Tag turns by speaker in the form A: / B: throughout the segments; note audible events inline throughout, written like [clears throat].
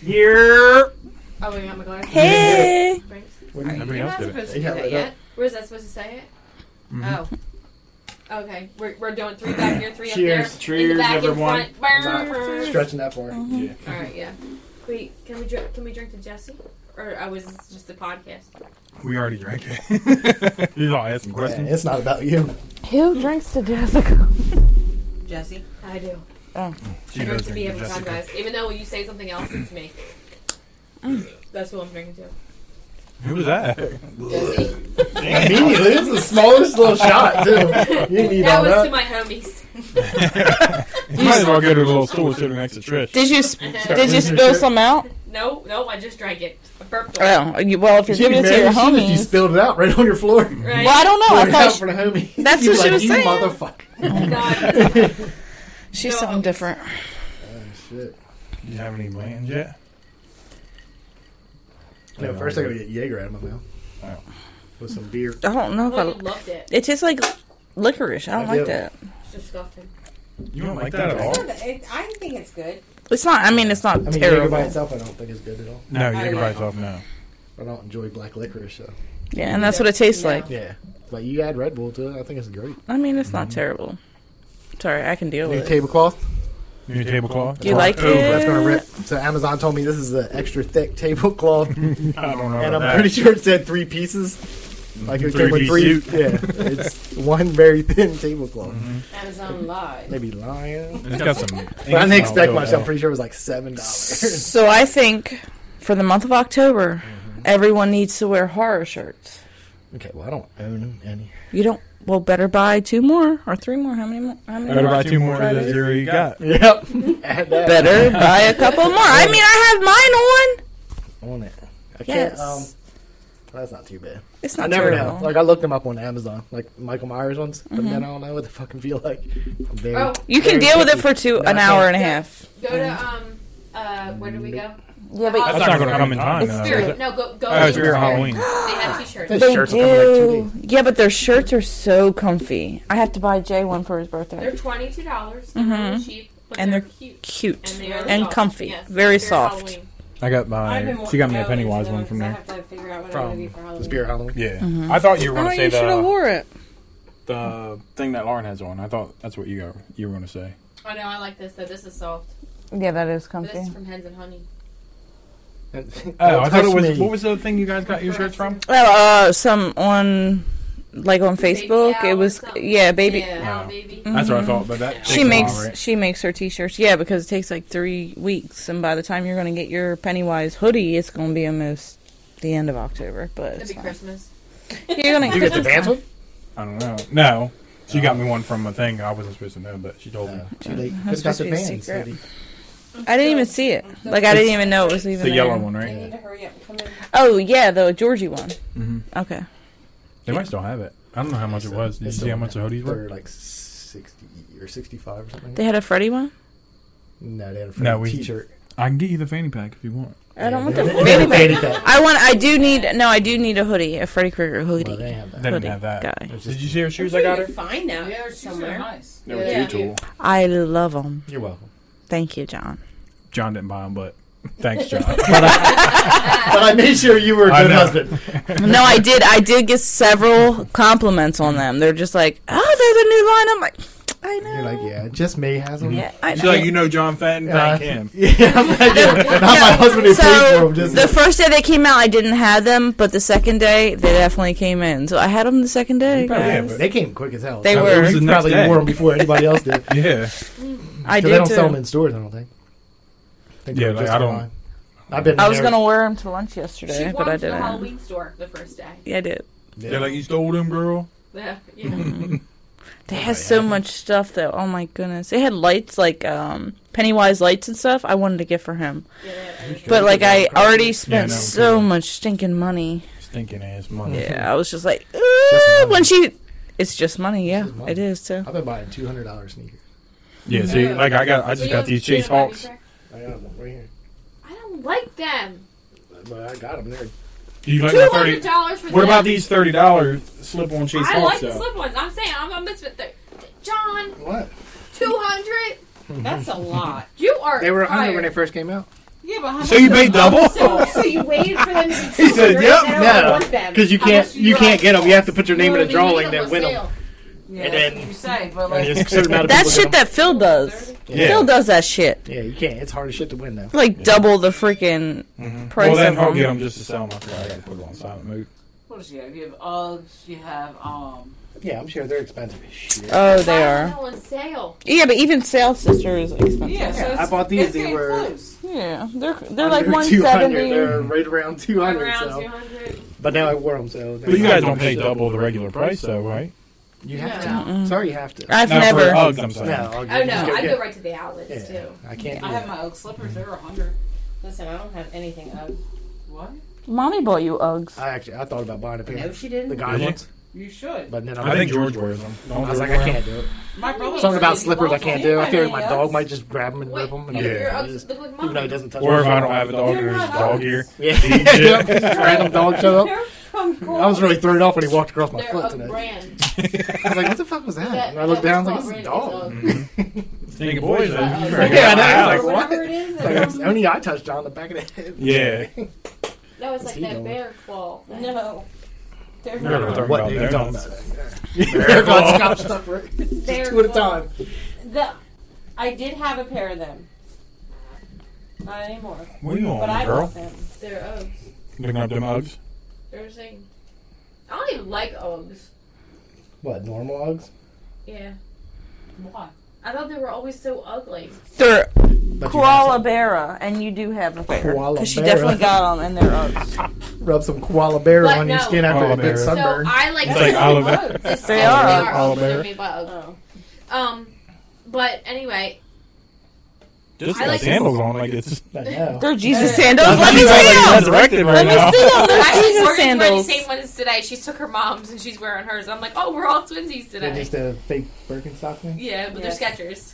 A: Here.
B: Oh, we got my glass.
C: Hey.
B: Thanks.
A: When you-
D: Everybody
B: You're
D: else
B: not
D: did it.
B: supposed to do
A: Yeah, I
B: that
A: know.
B: yet. Where's that supposed to say it? Oh. Okay. We're, we're doing three back here, three
A: Cheers.
B: up there. In the
A: Cheers,
B: back,
A: everyone.
B: In front. Brr.
E: Stretching that far.
C: Mm-hmm.
B: All right, yeah. Wait, can we drink? Can we drink to Jesse? Or I was this just a podcast.
D: We already drank it. [laughs] you all ask some
E: Man,
D: questions.
E: it's not about you.
C: Who drinks to Jessica?
F: Jesse.
B: I do.
D: She
B: I drink
D: does
B: to be
D: drink
B: every
D: the
B: time,
D: Jessica.
B: guys. Even though you say something else, it's me. That's who I'm drinking to.
D: Who was [laughs] that?
B: Jesse.
E: Immediately, it's the smallest little shot too. [laughs] You didn't need
B: That
E: all
B: was to
E: that.
B: my homies.
D: You might as well go to the little stool sitting next to Trish.
C: Did you sp- did you spill some out?
B: No, no, I just drank it. I burped on it.
C: Oh, you- well, if you're
E: You'd be
C: giving it to
E: mad
C: your
E: as soon as You
C: homies.
E: spilled it out right on your floor. [laughs]
B: Right?
C: Well, I don't know. I
E: Poured it out
C: thought
E: for the homie.
C: [laughs] That's
E: He's
C: what she
E: like,
C: was
E: you
C: saying."
E: Motherfucker.
B: Oh God,
C: she- she's something different.
E: Oh, Shit.
D: You have any plans yet?
E: No, first I gotta get Jaeger out of my mouth.
D: Oh.
E: With some beer.
C: I don't know
B: I
C: if
B: fucking
C: I,
B: loved
C: [laughs]
B: it.
C: it tastes like licorice. I don't
E: I
C: like
E: do.
C: that.
B: It's disgusting.
D: You don't like that at all?
F: It, I think it's good.
C: It's not. I mean, it's not
E: I mean, Jaeger by
C: terrible.
E: itself, I don't think is good at all.
D: No, you
F: I
D: take it by
F: like-
D: itself. No.
E: I don't enjoy black licorice, so.
C: Yeah, and that's what it tastes
B: Yeah.
C: like.
E: Yeah. But you add Red Bull to it, I think it's great.
C: I mean, it's not terrible. Sorry, I can deal
E: New
C: with Oh, it.
E: tablecloth.
D: New tablecloth.
C: You like
E: Oh, that's gonna rip.
C: it?
E: So Amazon told me this is an extra thick tablecloth, and
D: [laughs] I don't know.
E: I'm
D: about
E: pretty
D: that.
E: sure it said three pieces. Like it came with
D: Three-piece
E: three.
D: suit.
E: Yeah, it's one very thin tablecloth.
B: Amazon Live.
E: Maybe lying.
D: It's got [laughs] some.
E: But I didn't expect much. I'm pretty sure it was like seven
C: [laughs]
E: dollars.
C: So I think for the month of October,
E: Mm-hmm.
C: everyone needs to wear horror shirts.
E: okay, well I don't own any.
C: You don't. Well, better buy two more or three more. How many? mo- How many?
D: Better
C: more?
D: buy two more of the zero you got.
C: [laughs]
E: Yep, uh, add that
C: Better buy a couple more. I mean, I have mine on.
E: on it. I can't.
C: Yes,
E: Um, that's not too bad.
C: it's
E: I
C: not
E: never
C: terrible. Mm-hmm.
E: know. Like I looked them up on Amazon, like Michael Myers ones, but then I don't know what the fucking feel like. I'm very- [laughs]
B: Oh,
C: you
E: very
C: can deal with it
E: picky.
C: for two
E: No, I
C: an hour
E: can't.
C: and a half.
B: Go to um uh where do we go?
C: Yeah,
B: but-
D: That's not going to come in time.
C: It's
D: though, is
B: Spirit.
D: it?
B: No, go go.
D: Oh,
B: to
D: it's Spirit Halloween.
B: They have t-shirts.
E: Those
C: they
E: shirts will come in, like, two
C: do. yeah, but their shirts are so comfy. I have to buy Jay one for his birthday.
B: They're twenty two dollars.
C: Mhm.
B: Cheap, but
C: And
B: they're,
C: they're
B: cute
C: Cute
B: and
C: and,
B: they are soft.
C: comfy,
B: Yes,
C: very
B: Spirit
C: soft.
B: Halloween.
D: I got
F: I've been
D: my.
F: wa-
D: She got me a
F: oh,
D: Pennywise one
F: because
D: from
F: I
D: there.
F: have to figure out what I'm
D: From
F: gonna be for Halloween.
E: It's beer Halloween.
D: Yeah. I thought you were
C: Oh,
D: going to say
C: you should have
D: the,
C: wore it.
D: the thing that Lauren has on. I thought that's what you got, you were going to say.
B: Oh no, I like this though. This is soft.
C: Yeah, that is
B: But
C: comfy.
B: This is from Hens and Honey.
D: Oh, I thought it
E: touch
D: was.
E: me.
D: What was the thing you guys got your shirts from?
C: Well, uh, some on like on
B: Baby
C: Facebook.
B: owl
C: it
B: or
C: was
B: something.
C: yeah, baby.
B: Yeah,
D: Wow.
B: owl baby.
D: That's what I thought, but that
C: Mm-hmm. She
D: takes a
C: makes
D: while, right?
C: she makes her t-shirts. Yeah, because it takes like three weeks, and by the time you're going to get your Pennywise hoodie, it's going to be almost the end of October. But
B: It'll
C: it's
B: be
C: fine.
B: Christmas.
C: you're going
E: You get the dance one?
D: I don't know. No, she got me one from a thing I wasn't supposed to know, but she told me.
E: Too late.
C: That's
E: It's got
C: supposed
E: the
C: to be a
E: bands,
C: secret.
E: lady.
C: I didn't even see it. Like I didn't even know it was even
D: The
C: there.
D: yellow one,
F: I need
D: right?
F: to hurry up and come in.
C: Oh yeah, the Georgie one.
E: Mm-hmm.
D: Mhm.
C: Okay.
D: They might still have it. I don't know how much it was. Did you
E: It's
D: see
E: still-
D: how much the hoodies
E: They're
D: were?
E: like sixty or sixty-five or something.
C: They had a Freddy one.
E: no, they had a
D: No,
E: no,
D: we-
E: T-shirt.
D: I can get you the fanny pack if you want.
C: I don't want
E: They
C: the
E: had- they had a
C: Freddy. one.
E: fanny pack.
C: I want. I do need. No, I do need a hoodie. A Freddy Krueger hoodie.
E: Well, they have that.
D: They didn't
C: Hoodie
D: have that.
C: guy.
D: Did you see her shoes?
F: Sure
D: I got
F: you
D: her.
F: can Find out
G: Yeah, she's
F: somewhere.
G: nice.
D: They
B: Yeah.
D: were two
C: I love them.
E: You're welcome.
C: Thank you, John.
D: John didn't buy them, but [laughs] thanks, John.
E: But I made sure you were a
D: I
E: good
D: know. [laughs]
E: husband.
C: No, I did. I did get several compliments on them. They're just like, oh, they're the new line. I'm like, I know.
E: You're like, yeah, just May has them.
C: Yeah, I
D: She's
C: know.
D: like,
C: [laughs]
D: you know, John Fenton.
E: Uh,
D: Thank him.
E: [laughs] yeah, I'm like, yeah, not my husband who paid for
C: So
E: them. Just
C: the first day they came out, I didn't have them, but the second day they definitely came in. So I had them the second day.
E: yeah,
C: guys.
E: but they came quick as hell.
C: They
E: I mean,
C: were. It was
E: you
D: the next
E: probably
D: day.
E: wore them before anybody else did.
D: Yeah.
C: [laughs] I
E: 'Cause they
C: did
E: don't sell them
C: too.
E: in stores, I don't think. I think
D: Yeah,
E: they're
D: like,
E: just
D: I don't-
E: online. I've been.
C: I was
E: there.
C: gonna wear them to lunch
B: She
C: yesterday,
B: walked
C: but I
B: to the
C: didn't.
B: Halloween store the first day. [laughs]
C: Yeah, I did.
D: They're like, you stole them, girl.
B: Yeah, yeah.
C: They had so much stuff though. Oh my goodness, they had lights like um, Pennywise lights and stuff. I wanted to get for him,
B: yeah they had everything.
C: but like I already spent
D: no,
C: so
D: okay.
C: much stinking money.
E: [laughs]
D: Stinking ass money.
C: Yeah, I was just like,
E: money.
C: "Ooh," when she, it's just money. Yeah,
E: just money.
C: it is too.
E: I've been buying two hundred dollars sneakers.
D: Yeah. See, like I got, I
B: Do
D: just
B: you
D: got
B: have-
D: these
B: do you
D: Chase
B: have a Barbie
D: Hawks.
B: shirt?
E: I got them right here.
B: I don't like them.
E: But I got them there.
D: You like
B: Two
D: my
B: hundred
D: thirty?
B: dollars for
D: What
B: them.
D: about these thirty dollars slip on Chase
B: I like
D: Hawks
B: the
D: though?
B: slip ones. I'm saying I'm a misfit. There. John,
E: What?
B: two hundred.
F: That's a lot.
B: You are.
E: [laughs] They were a
B: fired.
E: hundred when they first came out.
B: Yeah, but how
D: So you paid double? [laughs]
A: So, so you waited for them to be
D: He said,
A: delivered,
D: "Yep,
A: and now I
E: No,
A: want them."
E: because you
A: How
E: can't
A: much do
E: you can't
A: like?
E: get them. You have to put your [laughs] name in a
A: You know what I mean?
E: drawing
A: Make them
E: that win
A: a
E: them.
A: sale.
B: Yeah,
E: And
B: that's
E: then-
B: what you say, but
E: And
B: like,
E: there's a certain amount of
C: That
E: people
C: shit
E: get
C: that Phil does.
E: Yeah.
C: Phil does that shit.
E: 'em. yeah, you can't. It's hard as shit to win though.
C: Like double the freaking
E: Mm-hmm.
C: price
D: Well, then
C: of
D: I'll
C: them.
D: get them just to sell them. I forgot I got to put it on silent mode.
A: What does she have? You have Uggs. You have um.
E: Yeah, I'm sure they're expensive as shit.
C: Oh,
A: why
C: they
A: is
C: are.
A: that On sale.
C: Yeah, but even Sale Sister is expensive.
A: Yeah, so it's,
E: I bought these,
A: it's
E: they
A: getting
E: were-
A: close.
C: Yeah, they're they're like
E: Under [laughs] 200, They're
C: 170.
E: right around 200.
B: around
E: so.
B: 200.
E: But now I wore them, so
D: But you
E: now-
D: guys don't pay double the regular price, though, right?
E: You have to.
B: No.
E: Sorry, you have to.
C: I've
D: Not
C: never.
D: for Uggs, I'm saying.
E: no, I'll
A: Oh
E: get-
A: no,
E: just go
A: I
E: get-
A: go right to the outlets
E: Yeah,
A: too.
E: I can't. Do
A: I have
E: that.
A: my Ugg slippers. They're a hundred.
F: Listen, I don't have anything up.
A: What?
C: Mommy bought you Uggs.
E: I actually I thought about buying a pair.
F: No,
E: of
F: she
E: The
F: didn't.
E: guy
D: Did you?
E: ones,
A: You should.
E: but then
D: I, think George wears them.
E: I was like, I can't do it.
A: My brother.
E: Something about
A: already
E: slippers I
A: bought
E: can't
A: them.
E: do. I feel like
A: Anybody
E: my dog
A: else?
E: might just grab them and rip them. And
D: Yeah.
E: I'll
D: your
E: just- even though he doesn't touch.
D: Or if
E: my
D: I
E: dog.
D: don't have a dog,
A: They're
D: there's
A: not
D: dog
A: Uggs.
D: ear.
E: Yeah,
D: Eat
E: [laughs]
D: it.
E: Just random dog showed up.
A: They're from Kohl's.
E: I was really thrown off when he walked across my
B: They're
E: foot
B: a
E: today. [laughs]
B: brand.
E: I was like, "What the fuck was that?"
B: That-
E: and I looked
B: that
E: down, I
B: was
E: was like, "It's a
B: called
E: dog." Mm.
B: Brandon
D: Mm-hmm. Think of boys, though.
B: Yeah,
D: You
E: Yeah, I
D: forgot
E: know. I
D: Alex.
E: was like,
A: Whatever it
E: "What?"
A: is.
E: Like, it's- only I touched on the back of the head.
D: Yeah.
B: That was like
E: he
B: that
E: doing?
B: bear claw. thing.
A: No. They're
D: We're
A: not.
D: gonna talk
E: What
D: about
E: are you talking
D: donuts. [laughs]
E: about? Bear claws got stuck right.
F: They're
E: Two at a
F: close.
E: time.
F: The, I did have a pair of them. Not anymore.
D: What are you
F: But I
D: on,
F: bought
D: girl?
F: them.
B: They're Uggs.
D: Looking up them Uggs?
B: They're saying, I don't even like Uggs.
E: What normal Uggs?
B: Yeah.
A: Why?
B: I thought they were always so ugly.
C: They're
E: But you
C: koala bear, and you do have a bear
E: Koala
C: because she
E: bear.
C: definitely got them, and they're Uggs.
E: gotta Rub some koala bear
B: But
E: on your
B: no.
E: skin after
D: Koala
E: a big
D: bear. So
E: sunburn.
B: So I like.
D: It's like olive.
B: It's-
C: They
B: yeah,
C: are
B: they are
E: olive.
B: Uggs. They're made by Uggs.
F: Oh.
B: Um, but anyway,
D: [laughs] Just
B: I
D: got
B: like-
D: sandals on, like it's
E: I know.
C: [laughs] They're Jesus sandals. Let me
D: She's
C: see
D: like
C: them.
D: resurrected right
C: Let me
D: now.
C: see them. They're
B: I was
C: Jesus
B: wearing the
C: sandals.
B: same ones today. She took her mom's and she's wearing hers. I'm like, oh, we're all twinsies
E: They're
B: today.
E: just a fake Birkenstock thing.
B: Yeah, but
A: Yes.
B: they're Skechers.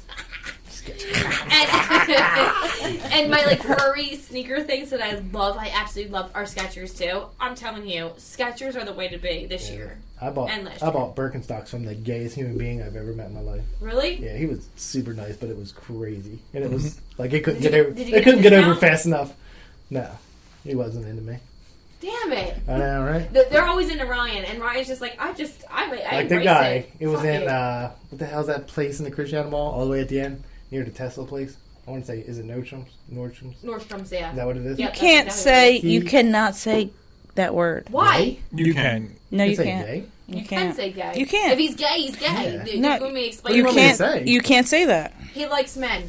B: and, [laughs] and my like furry sneaker things that I love, I absolutely love, are Skechers too. I'm telling you, Skechers are the way to be this year.
E: I bought
B: And last
E: I
B: year.
E: bought Birkenstocks from the gayest human being I've ever met in my life.
B: Really?
E: Yeah, he was super nice, but it was crazy, and it was
C: Mm-hmm.
E: like it couldn't get over.
B: did you
E: It
B: get
E: couldn't
B: a
E: get over
B: discount?
E: fast enough. No, he wasn't into me.
B: Damn it!
E: I know, right?
B: Th- They're always into Ryan, and Ryan's just like, I just, I, I
E: Like the
B: embrace
E: guy,
B: It,
E: it, was
B: Fuck
E: in
B: it.
E: uh, what the hell's that place in the Christiana Mall, all the way at the end near the Tesla place. I want to say, is it Nordstrom's? Nordstrom's? Is
B: Nordstrom's. Yeah.
E: that what it is?
B: Yeah.
C: Can't
B: That's
C: say
B: exactly
C: you
E: He-
C: cannot say that word.
B: Why?
D: You can.
C: No,
E: It's
C: you
E: a
C: can't.
E: gay.
C: You
B: I can
C: can't.
B: say gay.
C: You can't.
B: If he's gay, he's gay.
E: Yeah.
B: Dude,
C: No,
B: you want me to explain?
C: You
E: What do you want me to
C: can't.
E: say?
C: You can't say that.
B: He likes men.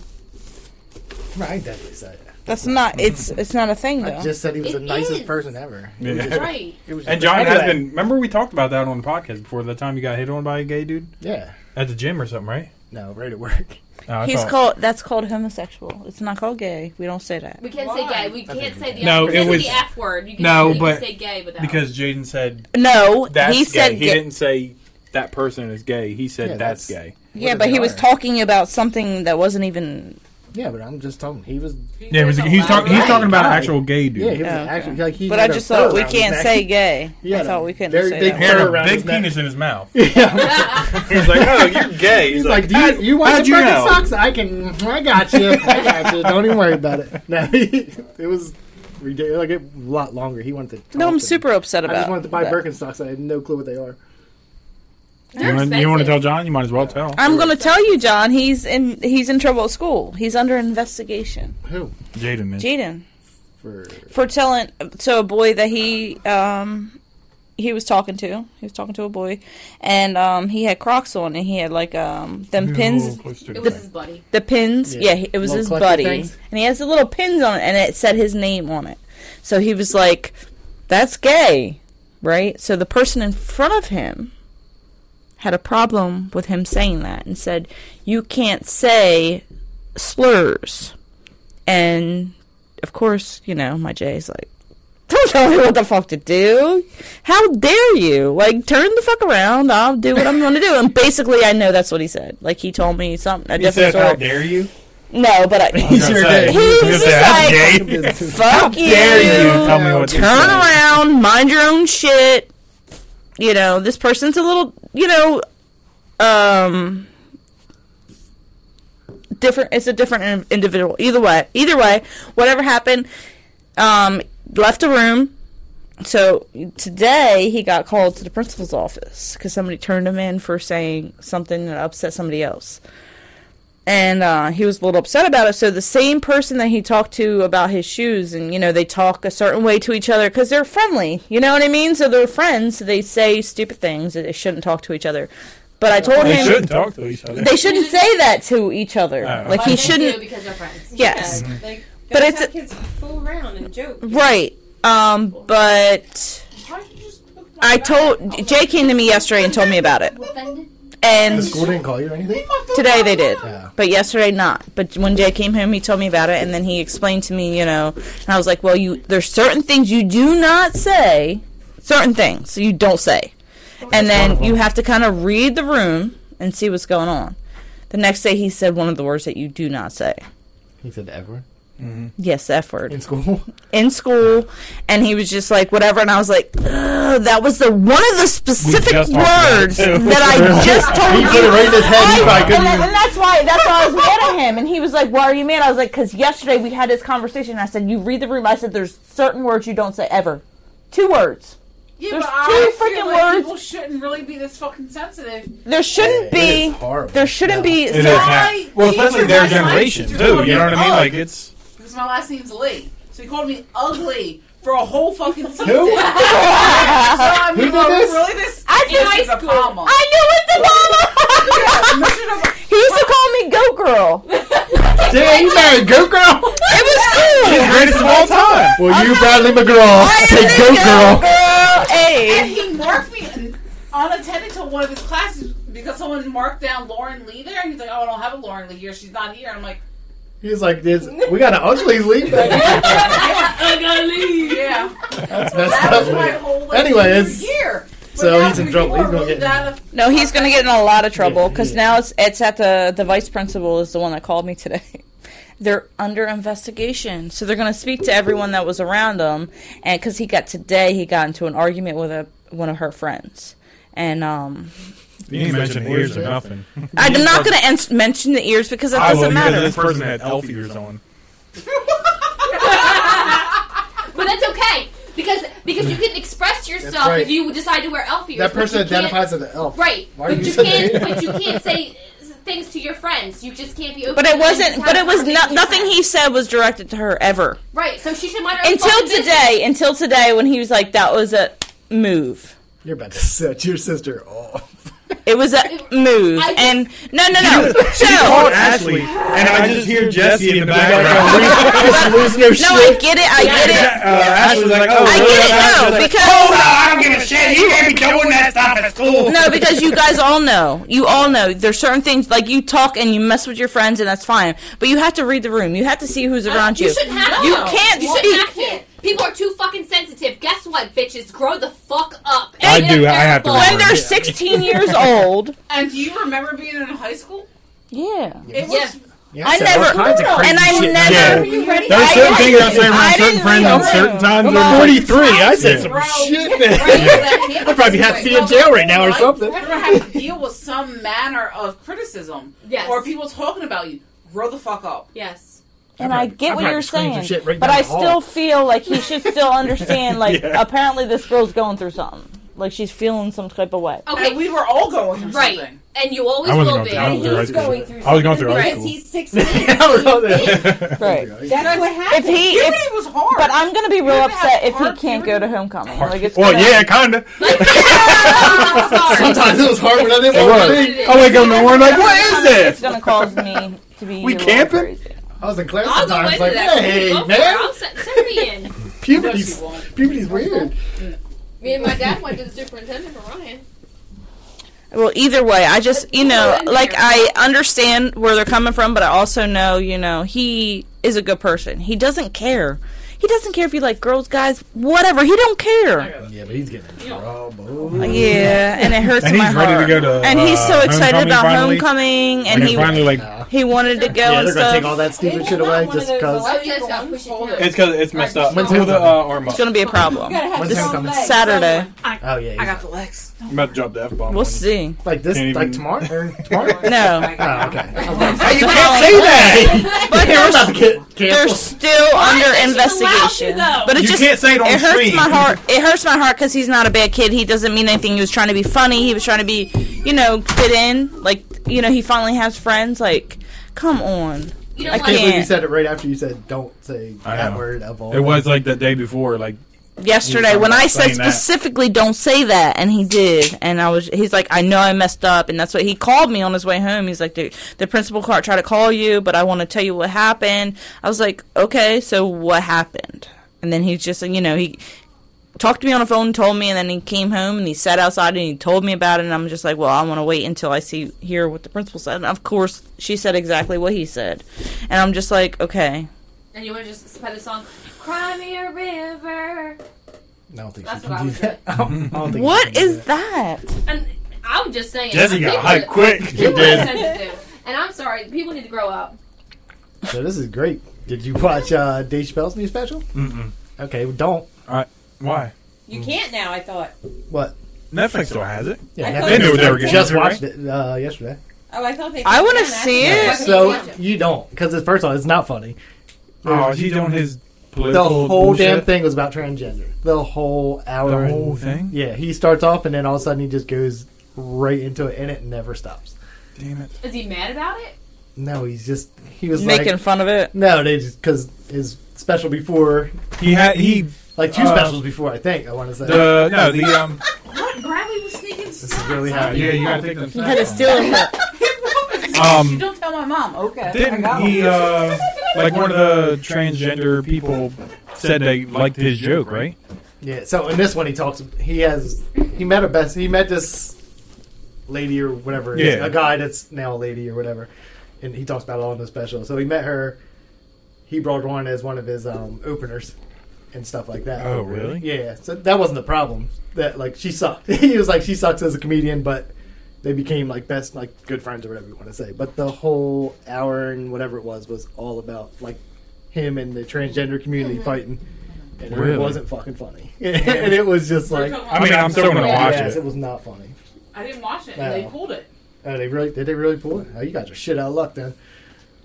E: Right, I definitely said. it.
C: That's not. It's it's not a thing
E: Mm-hmm. I
C: though.
E: just said he was
B: It
E: the nicest
B: is.
E: person ever. He was
D: Yeah.
E: just-
B: Right.
E: he was just-
D: And John has
E: Anyway,
D: been. Remember we talked about that on the podcast before. The time you got hit on by a gay dude
E: Yeah.
D: at the gym or something, right?
E: No, right at work.
D: No, I
C: He's
D: thought-
C: called. That's called homosexual. It's not called gay. We don't say that.
B: We can't
A: Why?
B: say gay. We can't say the
D: No,
B: F-
D: it
B: this is
D: was-
B: the F word. You can,
D: No,
B: you can
D: but-
B: say gay without
D: because Jaden said
C: No,
D: that's
C: he
D: gay.
C: said.
D: he
C: ga-
D: didn't say that person is gay. He said
E: Yeah,
D: that's,
E: that's-
D: gay.
C: Yeah,
E: What
C: but
E: they
C: he was
E: are.
C: talking about something that wasn't even.
E: Yeah, but I'm just telling. He was.
D: Yeah,
A: just
D: he's talking. He's
A: allowed-
D: talking about an
E: Right.
D: actual gay dude.
E: Yeah, he was
C: Oh, okay.
E: actually like he.
C: But I
E: had a
C: just
E: fur
C: thought we
E: around his [laughs]
C: can't
E: neck.
C: say gay.
E: He had
C: I
E: a
C: thought we couldn't
E: very
C: say
E: big
D: He
C: that.
D: had
E: Fur
D: a
E: around his
D: big
E: neck.
D: penis in his mouth.
C: [laughs]
E: Yeah.
D: [laughs] He's like, "Oh, you're gay."
E: He's like, do you, you
D: how'd
E: want
D: you
E: some
D: know?"
E: fucking socks? I can. I got you. I got you. Don't even worry about [laughs] it. No, it was ridiculous. Like a lot longer. He wanted to.
C: No,
E: talk
C: I'm
E: to me.
C: super upset
E: I
C: about.
E: just wanted to buy
C: that.
E: Birkenstocks. I had no clue what they are.
B: They're
D: You want,
B: expensive.
D: to tell John? You might as well tell.
C: I'm gonna tell you, John. He's in. He's in trouble at school. He's under investigation.
E: Who?
D: Jaden, man.
C: Jaden [laughs]
E: For
C: for telling to a boy that he um he was talking to. He was talking to a boy, and um he had Crocs on, and he had like um them pins.
B: It was his buddy.
C: The pins, yeah,
E: Yeah.
C: he- it was
E: Little
C: his
E: collector
C: buddy,
E: things.
C: and he has the little pins on it, and it said his name on it. So he was like, "That's gay," right? So the person in front of him had a problem with him saying that, and said, "You can't say slurs." And of course, you know, my Jay's like, "Don't tell me what the fuck to do. How dare you? Like, turn the fuck around. I'll do what I'm going to do." And basically, I know that's what he said. Like, he told me something. A
D: He said,
C: different story.
D: "How dare you?"
C: No, but I,
E: He's your gay.
C: He was
D: He's
C: just
D: like,
C: like,
D: "That's gay."
C: fuck you.
D: Dare you tell me what to
C: Turn
D: say.
C: around, mind your own shit. You know, this person's a little, you know, um, different. It's a different in- individual. Either way, either way, whatever happened, um, left the room. So today he got called to the principal's office because somebody turned him in for saying something that upset somebody else, and uh, he was a little upset about it. So the same person that he talked to about his shoes, and you know they talk a certain way to each other because they're friendly. You know what I mean? So they're friends. So they say stupid things that they shouldn't talk to each other. But I told
D: They
C: him
D: should talk to each other.
C: they shouldn't say that to each other.
D: No.
B: But
C: Like he
B: they do
C: shouldn't.
B: because they're friends.
C: Yes,
F: Yeah, like,
C: But
F: guys
C: it's
F: have
C: a-
F: kids fool around and joke.
C: right. Um, but
A: Why don't you just look
C: I told Jay came to me yesterday and told me about it,
B: Offended?
E: The
C: and
E: school didn't call you or anything?
C: today they did.
E: Yeah.
C: But yesterday not. But when Jay came home, he told me about it, and then he explained to me, you know, and I was like, well, you there's certain things you do not say, certain things you don't say, and then you have to kind of read the room and see what's going on. The next day, he said one of the words that you do not say.
E: He said ever
C: Yes, the F word.
E: in school.
C: in school and he was just like whatever and i was like "Ugh, that was the one of the specific
D: just talked about it,
C: words
D: too.
C: that
E: [laughs]
C: i just told
E: he put it
C: you
E: right in his head. He
C: I-
E: probably
C: and,
E: couldn't
C: that-
E: even-
C: and that's why that's why i was mad at him and he was like why are you mad i was like because yesterday we had this conversation i said you read the room i said there's certain words you don't say ever two words
A: Yeah,
C: There's
A: but I
C: two
A: feel
C: freaking
A: like
C: words.
A: People shouldn't really be this fucking sensitive.
C: there shouldn't
E: [laughs] It
C: be
E: is horrible.
C: there shouldn't
E: Yeah.
C: be
D: It is
C: so-
D: now. Well, especially their
A: Teacher,
D: generation
A: teacher,
D: too. You know what I mean?
A: oh.
D: Like it's
A: Because my last name's Lee. So he called me ugly for a whole fucking season.
E: Who?
A: so I mean,
E: Who did
A: like,
E: this?
A: really this
C: I
A: this
C: did
A: is a
B: school.
A: problem.
C: i knew it's the mama
A: You should have-
C: [laughs] he used to call me go girl
E: Damn, you married Go Girl.
C: it was cool
D: greatest of all time.
E: Well, you Bradley McGraw say
C: Hey,
E: Go Girl.
C: girl hey
A: And he marked me in- unattended to one of his classes because someone marked down Lauren Lee there. And he's like, oh, I don't have a Lauren Lee here. She's not here. I'm like,
E: He's like, this, we got an ugly league.
C: [laughs]
E: That's
B: Ugly.
A: yeah.
E: messed
A: That was my
E: up.
A: whole like,
E: Anyways.
A: senior year. But
E: So
A: now
E: he's in
A: people
E: trouble. He's
A: are
E: gonna
A: really
E: get-
A: that of-
C: No, he's going to get in a lot of trouble
E: Yeah,
C: because
E: yeah.
C: now it's it's at the the vice principal is the one that called me today. [laughs] They're under investigation, so they're going to speak to everyone that was around him. And because he got today, he got into an argument with a one of her friends. And um,
D: You didn't mention ears or nothing.
C: I'm not going to ens- mention the ears because
D: [laughs]
C: it
D: I will,
C: doesn't
D: because
C: matter.
D: This person had elf ears on.
B: But that's okay because because you can express yourself
E: That's right.
B: if you decide to wear elf ears.
E: That
B: but
E: person
B: you can't-
E: identifies as an elf.
B: right,
E: Why are
B: but
E: you
B: you
E: so
B: can't.
E: negative?
B: But you can't say s- things to your friends. You just can't be. Open
C: But it
B: and
C: wasn't.
B: just
C: But
B: have
C: it was
B: conversations
C: not,
B: with your
C: nothing
B: friends.
C: he said was directed to her ever
B: Right, so she should mind her own
C: until
B: fucking business.
C: today. Until today, when he was like, "That was a move."
E: You're about to set your sister off.
C: It was a move,
B: I just-
C: and no, no, no. So
D: Called Ashley, and I just hear Jesse in the background.
E: Just lose your
C: No, I
E: shit.
C: get it. [laughs] I
D: [laughs]
C: get
D: Uh,
C: it.
D: Ashley's like, oh,
C: I
D: really?
C: get it. No, because
D: oh, I don't give a shit. You can't be doing that stuff at school.
C: no, because you guys all know. You all know. There's certain things like you talk and you mess with your friends, and that's fine. But you have to read the room. You have to see who's around you.
B: You shouldn't have
C: You
B: to.
C: can't
B: you
C: speak.
B: shouldn't have to. People are too fucking sensitive. Guess what, bitches? Grow the fuck up.
D: I
B: Get
D: do.
B: up
D: I
B: there
D: have to
B: and
D: remember.
C: When they're 16 years old,
A: and do you remember being in high school?
C: yeah,
A: It was
B: Yes.
E: Yeah,
C: I
E: said all
C: never-
E: kinds of crazy
C: and I
E: shit in
C: never-
E: there.
A: Are you ready?
D: There's
C: I
D: certain
C: didn't
D: things I say
C: read- I
D: around certain
C: didn't
D: friends
C: read
D: on
C: the
D: certain
C: room.
D: times.
E: I'm
D: I'm like,
E: 43. I said
D: Yeah.
E: some
A: Bro,
E: shit. Man.
A: I
E: I'd probably have to be in jail right now or something.
A: You ever have to deal with some manner of criticism
B: Yes.
A: or people talking about you? Grow the fuck up.
B: Yes.
C: and I get
E: I've
C: what
E: had
C: you're
E: to scream some
C: saying,
E: shit right
C: but
E: down
C: I
E: the hall.
C: still feel like he should still understand. Like
D: Yeah.
C: apparently, this girl's going through something. Like she's feeling some type of way.
B: Okay.
A: And we were all going through
B: right.
A: something.
B: And you always
D: I wasn't
B: will
D: going
B: be.
D: through.
B: [laughs]
D: I
F: And
D: was going through high school.
F: he's going through
D: I was going through high
F: Because
D: school.
F: he's 16.
E: I was all there.
C: Right.
A: [laughs]
F: That's what
C: If
F: happened.
C: he,
A: Puberty
C: if,
A: was hard.
C: but I'm gonna be real
A: You're gonna
C: upset
A: have
C: if he
A: hard
C: can't go
A: puberty.
C: to homecoming. Like it's
D: Well,
C: gonna-
D: yeah, [laughs] kinda.
B: Sorry.
E: Sometimes it was hard when I didn't
D: It
E: want
D: was.
E: to be.
D: I wake up in the morning like, Oh, what is
C: It's
D: this?
C: gonna cause me to be.
D: We
C: a little
D: camping?
C: Crazy.
E: I was in class
B: I'll go into
E: sometimes like,
B: that.
E: hey,
B: Go for it.
E: man,
B: I'll set, send me in.
E: puberty's,
A: No, she won't.
E: puberty's weird.
B: Me and my dad went to the superintendent for Ryan.
C: Well, either way, I just you know,
B: Well, then
C: like
B: you're-
C: I understand where they're coming from, but I also know, you know, he is a good person. He doesn't care. He doesn't care if you like girls, guys, whatever. He don't care.
E: Yeah, but he's getting in trouble.
C: Yeah, and it hurts
D: And
C: my
D: he's ready to
C: heart.
D: go to,
C: and he's
D: uh,
C: so excited
D: homecoming
C: about
D: finally?
C: homecoming, and
D: And
C: he
D: finally, like,
C: He wanted to go
E: Yeah,
C: and
E: they're gonna
C: stuff.
E: take all that stupid
F: It's
E: shit
F: not
E: away
F: one of
E: just
F: those
E: because.
F: elect-
B: Oh, you guys got pushed it down.
D: It's because it's messed up.
E: When's
D: Pull the uh,
E: homecoming?
D: arm up.
C: It's gonna be a problem.
F: You gotta have
E: When's
F: strong
E: homecoming?
F: legs.
C: Saturday.
F: someone.
E: Oh yeah,
A: I
E: he's-
A: got the legs.
D: I'm about to drop the F bomb.
C: We'll see.
E: like this,
D: Can't even-
E: like tomorrow. Or tomorrow?
C: No,
E: Oh, okay.
C: Hey, you
E: can't say that.
C: But
E: You're
C: there's-
E: about to get
C: they're
E: canceled.
C: still under
B: did you allow
C: investigation.
B: to, though?
C: but it
D: You
C: just
D: can't say it on
C: it hurts
D: stream.
C: my heart. It hurts my heart because he's not a bad kid. He doesn't mean anything. He was trying to be funny. He was trying to be, you know, fit in. Like you know, he finally has friends. Like, come on.
B: You don't
C: I
B: like
E: I can't believe you
C: can't.
E: said it right after you said don't say
D: I
E: that
D: know.
E: word of all.
D: It was like the day before. Like
C: Yesterday,
D: You were
C: when I said
D: saying that.
C: specifically, "Don't say that," and he did, and I was, he's like, "I know I messed up," and that's what he called me on his way home. He's like, "The the principal car tried to call you, but I want to tell you what happened." I was like, "Okay, so what happened?" And then he just, you know, he talked to me on the phone and told me and then he came home and he sat outside and he told me about it and i'm just like well i want to wait until i see hear what the principal said and of course she said exactly what he said and i'm just like okay
B: And you want to just spread a song, Cry Me a River.
E: I don't think
B: That's
E: she
B: what I
E: can do
B: was
E: that. [laughs] I don't, I don't think she
C: what
E: can do
C: is that
B: And I'm just saying.
D: Jesse
B: people-
D: got hyped quick.
B: People
E: She
B: are
E: did.
B: sensitive. And I'm sorry, people need to grow up.
E: that. So this is great. Did you watch uh, Dave Chappelle's new special?
D: Mm-mm.
E: Okay, well, don't.
D: why?
F: You can't now. I thought.
E: What?
D: Netflix still has it.
F: I
E: Yeah, Netflix
F: thought they knew
D: they were getting
E: just
D: it, right?
E: watched it uh, yesterday.
F: Oh, I thought they.
C: I wanna
F: Yeah, that's-
C: see it.
F: Yeah.
E: So
F: Yeah.
E: you don't because first of all, it's not funny.
D: Oh, he's doing his
E: The
D: political
E: whole
D: bullshit?
E: damn thing was about transgender. The whole hour.
D: The
E: and-
D: whole thing.
E: Yeah, he starts off and then all of a sudden he just goes right into it and it never stops.
D: Damn it.
B: Is he mad about it?
E: No, he's just he was
C: making
E: like,
C: fun of it
E: No, they just because his special before,
D: He had he
E: like two
D: Uh,
E: specials before, I think. I want to say
D: the no the um.
A: What? Bradley was sneaking
E: this is
A: snacks.
E: really
D: yeah,
E: how
D: you gotta take them.
C: had to steal it
A: you
D: Um,
A: don't tell my mom. Okay.
D: didn't he [laughs] uh like one of the transgender people said they liked his joke, right?
E: Yeah. So in this one, he talks. He has he met a best. He met this lady or whatever. it is,
D: Yeah.
E: A guy that's now a lady or whatever, and he talks about it all in the special. So he met her. He brought her on as one of his um, openers and stuff like that.
D: Oh, really?
E: Yeah. So that wasn't the problem. That like she sucked. [laughs] he was like she sucks as a comedian, but they became like best like good friends or whatever you want to say. But the whole hour and whatever it was was all about like him and the transgender community fighting. And
D: Really?
E: it wasn't [laughs] fucking funny. and it was just like
A: I
D: I mean, I'm still gonna watch
E: yes,
D: it.
E: was not funny.
A: I didn't watch it. and They
E: No.
A: pulled it.
E: Oh, they really did they really pull it? Oh, you guys are shit out of luck then.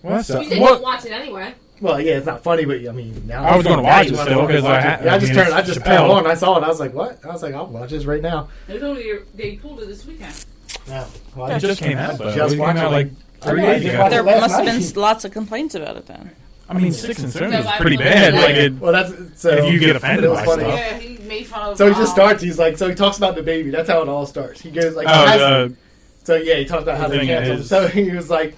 D: What's up?
B: You said
D: What?
B: don't watch it anyway.
E: Well, yeah, it's not funny, but I mean, now
D: I was gonna
E: now
D: watch
E: you
D: it
E: wanna
D: still,
E: fucking
D: 'cause I
E: watch it.
D: ha-
E: Yeah, I
D: I
E: just
D: mean,
E: turned, I
D: it's
E: just turned it
D: Chappelle.
E: on. I saw it. I was like, what? I was like, I'll watch this right now.
A: They told me they pulled it this weekend.
E: No, well,
D: It just came out, but
E: Just
D: it
E: watch
D: came
E: it.
D: out like
E: I
D: three
E: know, I
D: days
E: just
D: ago.
E: watched
C: there
E: it last
C: must have
E: night.
C: been lots of complaints about it then
D: I mean, six and seven
B: No,
D: is
B: I
D: pretty
B: believe
D: bad.
B: it.
D: Like it,
E: Well, that's so.
D: If you get
E: it was
D: offended by
E: funny.
D: stuff.
A: Yeah, he made fun of.
E: Oh. So he just
A: um,
E: starts. He's like, so he talks about the baby. That's how it all starts. He goes like,
D: oh,
E: has-
D: uh,
E: So yeah, he talked about how
D: The
E: they
D: thing
E: canceled. [laughs]
D: is-
E: So he was like,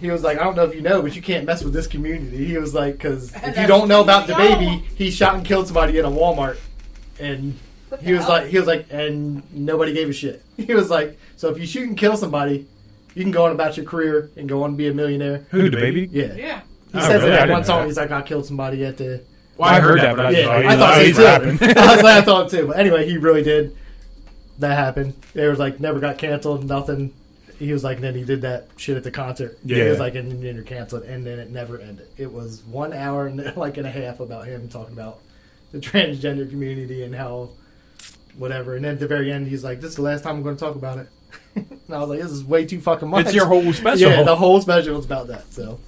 E: he was like, I don't know if you know, but you can't mess with this community. He was like, because if you
A: that's-
E: don't know about
A: No.
E: the baby, he shot and killed somebody in a Walmart, and he was like, he was like, and nobody gave a shit. [laughs] He was like, so if you shoot and kill somebody, you can go on about your career and go on and be a millionaire.
D: who the baby?
E: Yeah, he
A: Yeah.
D: Oh,
E: says it
D: really? I
E: in
D: didn't
E: one
D: know
E: song.
D: that.
E: He's like, I killed somebody at the
D: Well, I heard that, but I
E: yeah,
D: just
E: I thought
D: oh,
E: so
D: he's
E: too. [laughs]
D: [laughs] rapping.
E: I was like, I thought too. But anyway, he really did. That happened. It was like never got canceled. Nothing. He was like, and then he did that shit at the concert. He
D: Yeah.
E: was like, and then you're canceled, and then it never ended. It was one hour and [laughs] like and a half about him talking about the [laughs] transgender community and how whatever. And then at the very end, he's like, "This is the last time I'm going to talk about it." [laughs] and I was like, "This is way too fucking much."
D: It's your whole
E: [laughs]
D: special.
E: Yeah, the whole special is about that. So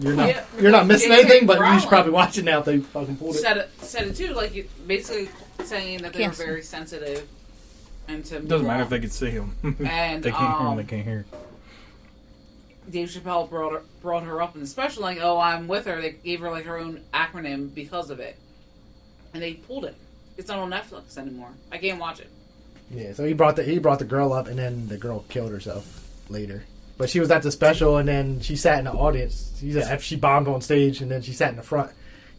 E: you're not
A: Yeah,
E: you're not missing
A: because they
E: anything, but you
A: growling.
E: should probably watch it now if they fucking pulled it.
A: Said it, said it too, like you- basically saying that they were very sensitive and to
D: Doesn't matter if they could see him. [laughs]
A: And,
D: they can't hear him.
A: um,
D: They can't hear.
A: Dave Chappelle brought her, brought her up in the special, like, oh, I'm with her. They gave her like her own acronym because of it, and they pulled it. It's not on Netflix anymore. I can't watch it.
E: Yeah, so he brought the he brought the girl up, and then the girl killed herself later. But she was at the special, and then she sat in the audience. She, she bombed on stage, and then she sat in the front.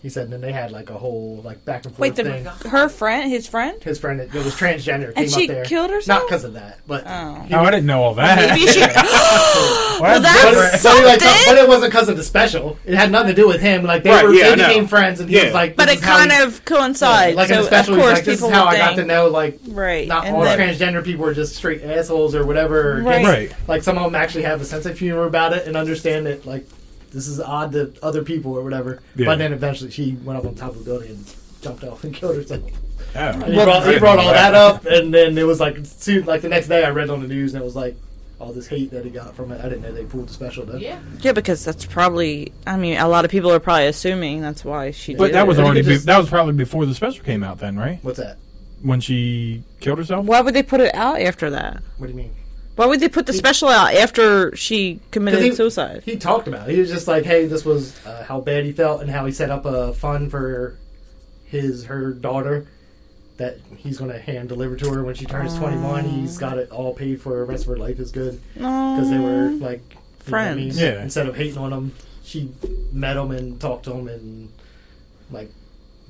E: He said, and then they had like a whole like back and forth
C: Wait,
E: thing.
C: the, her friend, his friend?
E: His friend that was transgender came
C: And she
E: up there,
C: killed
E: not
C: herself?
E: because of that, but
C: Oh.
E: he-
D: Oh, I didn't know all that.
C: [laughs]
E: [laughs]
D: [laughs]
C: Maybe she. well,
E: But,
C: that's
E: but it, like, but
C: something.
E: it wasn't because of the special. It had nothing to do with him. Like they,
G: Right,
E: were,
G: yeah, I
E: they
G: know.
E: became friends, and he
G: Yeah.
E: was like,
C: But
E: this
C: it
E: is how
C: kind
E: he-
C: of coincides.
E: like in the
C: so of
E: special, he's
C: course,
E: like, this
C: people
E: is how
C: would
E: I got to
C: think-
E: know like
C: Right.
E: not
C: and
E: all
C: then-
E: transgender people are just straight assholes or whatever.
C: Right.
E: Against-
D: Right.
E: Like some of them actually have a sense of humor about it and understand that like this is odd to other people or whatever.
D: Yeah.
E: But then eventually she went up on top of the building and jumped off and [laughs] killed herself.
D: Oh.
E: And he brought, he brought all that up, and then it was like soon, like the next day I read on the news and it was like all this hate that he got from it. I didn't know they pulled the special though.
A: Yeah.
C: Yeah, because that's probably. I mean, a lot of people are probably assuming that's why she.
D: But
C: did
D: that was
C: it.
E: You
D: already
E: could
D: be,
E: just-
D: that was probably before the special came out, then, right?
E: What's that?
D: When she killed herself.
C: Why would they put it out after that?
E: What do you mean?
C: Why would they put the special out after she committed
E: 'Cause he-
C: suicide?
E: He talked about it. He was just like, hey, this was uh, how bad he felt and how he set up a fund for his her daughter that he's going to hand deliver to her when she turns 21. He's got it all paid for. The rest of her life is good because they were like you know what I
C: Friends.
E: mean?
D: Yeah.
E: Instead of hating on him, she met him and talked to him and like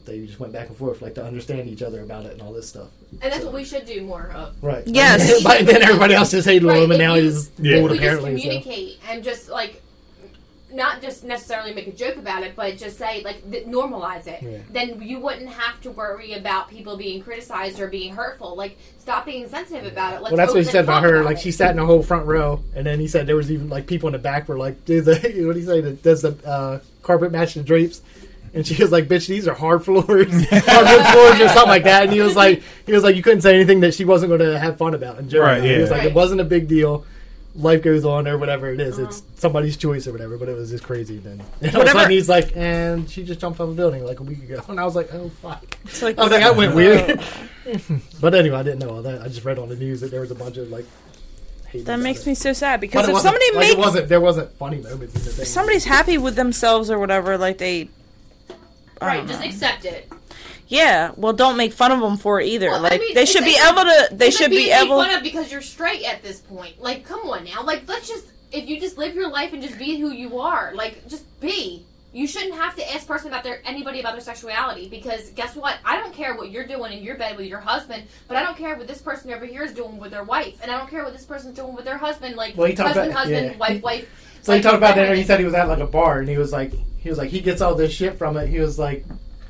E: they just went back and forth like to understand each other about it and all this stuff.
B: And that's what we should do more of.
E: Right.
C: Yes.
E: [laughs] but then everybody else just hated
B: Right,
E: him and
B: if
E: now
B: you-
E: he's
D: Yeah.
E: old
B: we just
E: apparently. so.
B: communicate and just like not just necessarily make a joke about it, but just say like th- normalize it.
E: Yeah.
B: Then you wouldn't have to worry about people being criticized or being hurtful. Like stop being sensitive about it. Let's
E: well, that's what he
B: open
E: said
B: and talk
E: about her.
B: about
E: Like
B: it.
E: she sat in the whole front row, and then he said there was even like people in the back were like, "Dude, [laughs] the, what do you say? The, does the uh, carpet match the drapes?" And she was like, "Bitch, these are hard
D: [laughs]
E: floors, hardwood floors, or something like that." And he was like, "He was like, you couldn't say anything that she wasn't going to have fun about." And joke
D: Right,
E: about. He
D: yeah.
E: was like,
B: Right.
E: "It wasn't a big deal. Life goes on, or whatever it is. It's
B: Uh-huh.
E: somebody's choice, or whatever." But it was just crazy. Then [laughs] and all of a
C: Whatever.
E: sudden he's like, "And she just jumped on the building like a week ago," [laughs] and I was like, "Oh fuck."
C: It's like,
E: I was like, that went weird. [laughs] but anyway, I didn't know all that. I just read on the news that there was a bunch of like. hate
C: that
E: about
C: makes
E: it.
C: me so sad
E: But
C: because
E: it
C: if
E: wasn't- like,
C: somebody
E: it
C: makes
E: wasn't there wasn't funny moments in the thing.
C: if somebody's happy with themselves or whatever, like they. I
B: right,
C: don't
B: just
C: know.
B: accept it.
C: yeah, well, don't make fun of them for it either.
B: Well, I
C: like
B: mean,
C: they
B: it's
C: should be
B: like-
C: able to. They
B: It's like
C: should be
B: being made
C: able.
B: fun of because you're straight at this point. Like come on now. Like let's just if you just live your life and just be who you are. Like just be. You shouldn't have to ask person about their anybody about their sexuality because guess what? I don't care what you're doing in your bed with your husband, but I don't care what this person over here is doing with their wife, and I don't care what this person's doing with their husband. Like
E: Well, he talked
B: husband,
E: about-
B: husband,
E: yeah.
B: wife, wife.
E: So he
B: Like,
E: talked about that, and he
B: everything.
E: said he was at like a bar, and he was like, he was like, he gets all this shit from it. He was like,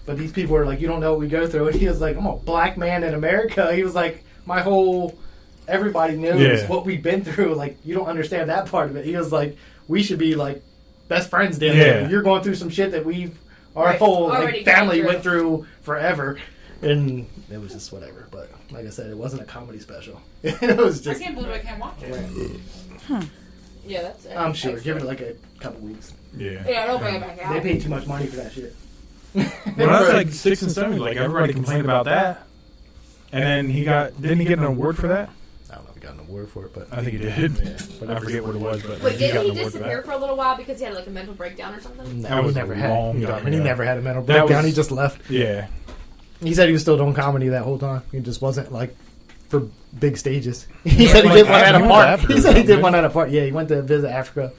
E: but these people are like, you don't know what we go through. [laughs] And he was like, I'm a black man in America. [laughs] He was like, my whole everybody knows
D: Yeah.
E: what we've been through. [laughs] Like, you don't understand that part of it. He was like, we should be like best friends, damn
D: Yeah.
E: it. You're going through some shit that we've our
B: Right.
E: whole
B: Already
E: like, family
B: gone
E: went through forever. And it was just whatever. But like I said, it wasn't a comedy special. [laughs] it was
A: I
E: just.
A: can't believe I can't watch it.
F: Yeah, that's it.
E: I'm sure. Give it like a couple weeks.
D: Yeah.
F: Yeah, don't bring it back
E: They
F: out.
E: paid too much money for that shit.
D: When I was like six and seven, like everybody complained about that. And then he got didn't he get an award for that?
E: I don't know if we got an award for it, but
D: I [laughs] think he did.
E: Yeah, but
D: I forget what it was, but
B: Wait,
D: he
B: didn't
D: got
B: he
D: an award for
B: disappear
D: that.
B: for a little while because he had like a mental breakdown or something?
E: No,
D: That
E: he
D: was
E: never
D: a
E: had.
D: long
E: he,
D: time
E: he
D: ago.
E: never had a mental
D: That
E: breakdown.
D: was-
E: he just left.
D: Yeah.
E: He said he was still doing comedy that whole time. He just wasn't like for big stages. [laughs] He
D: Yeah,
E: said he
D: like,
E: did one
D: I-
E: at
D: he
E: a
D: went to
E: park.
D: Africa
E: He
D: or
E: said he did
D: something.
E: one at a park. Yeah, he went to visit Africa,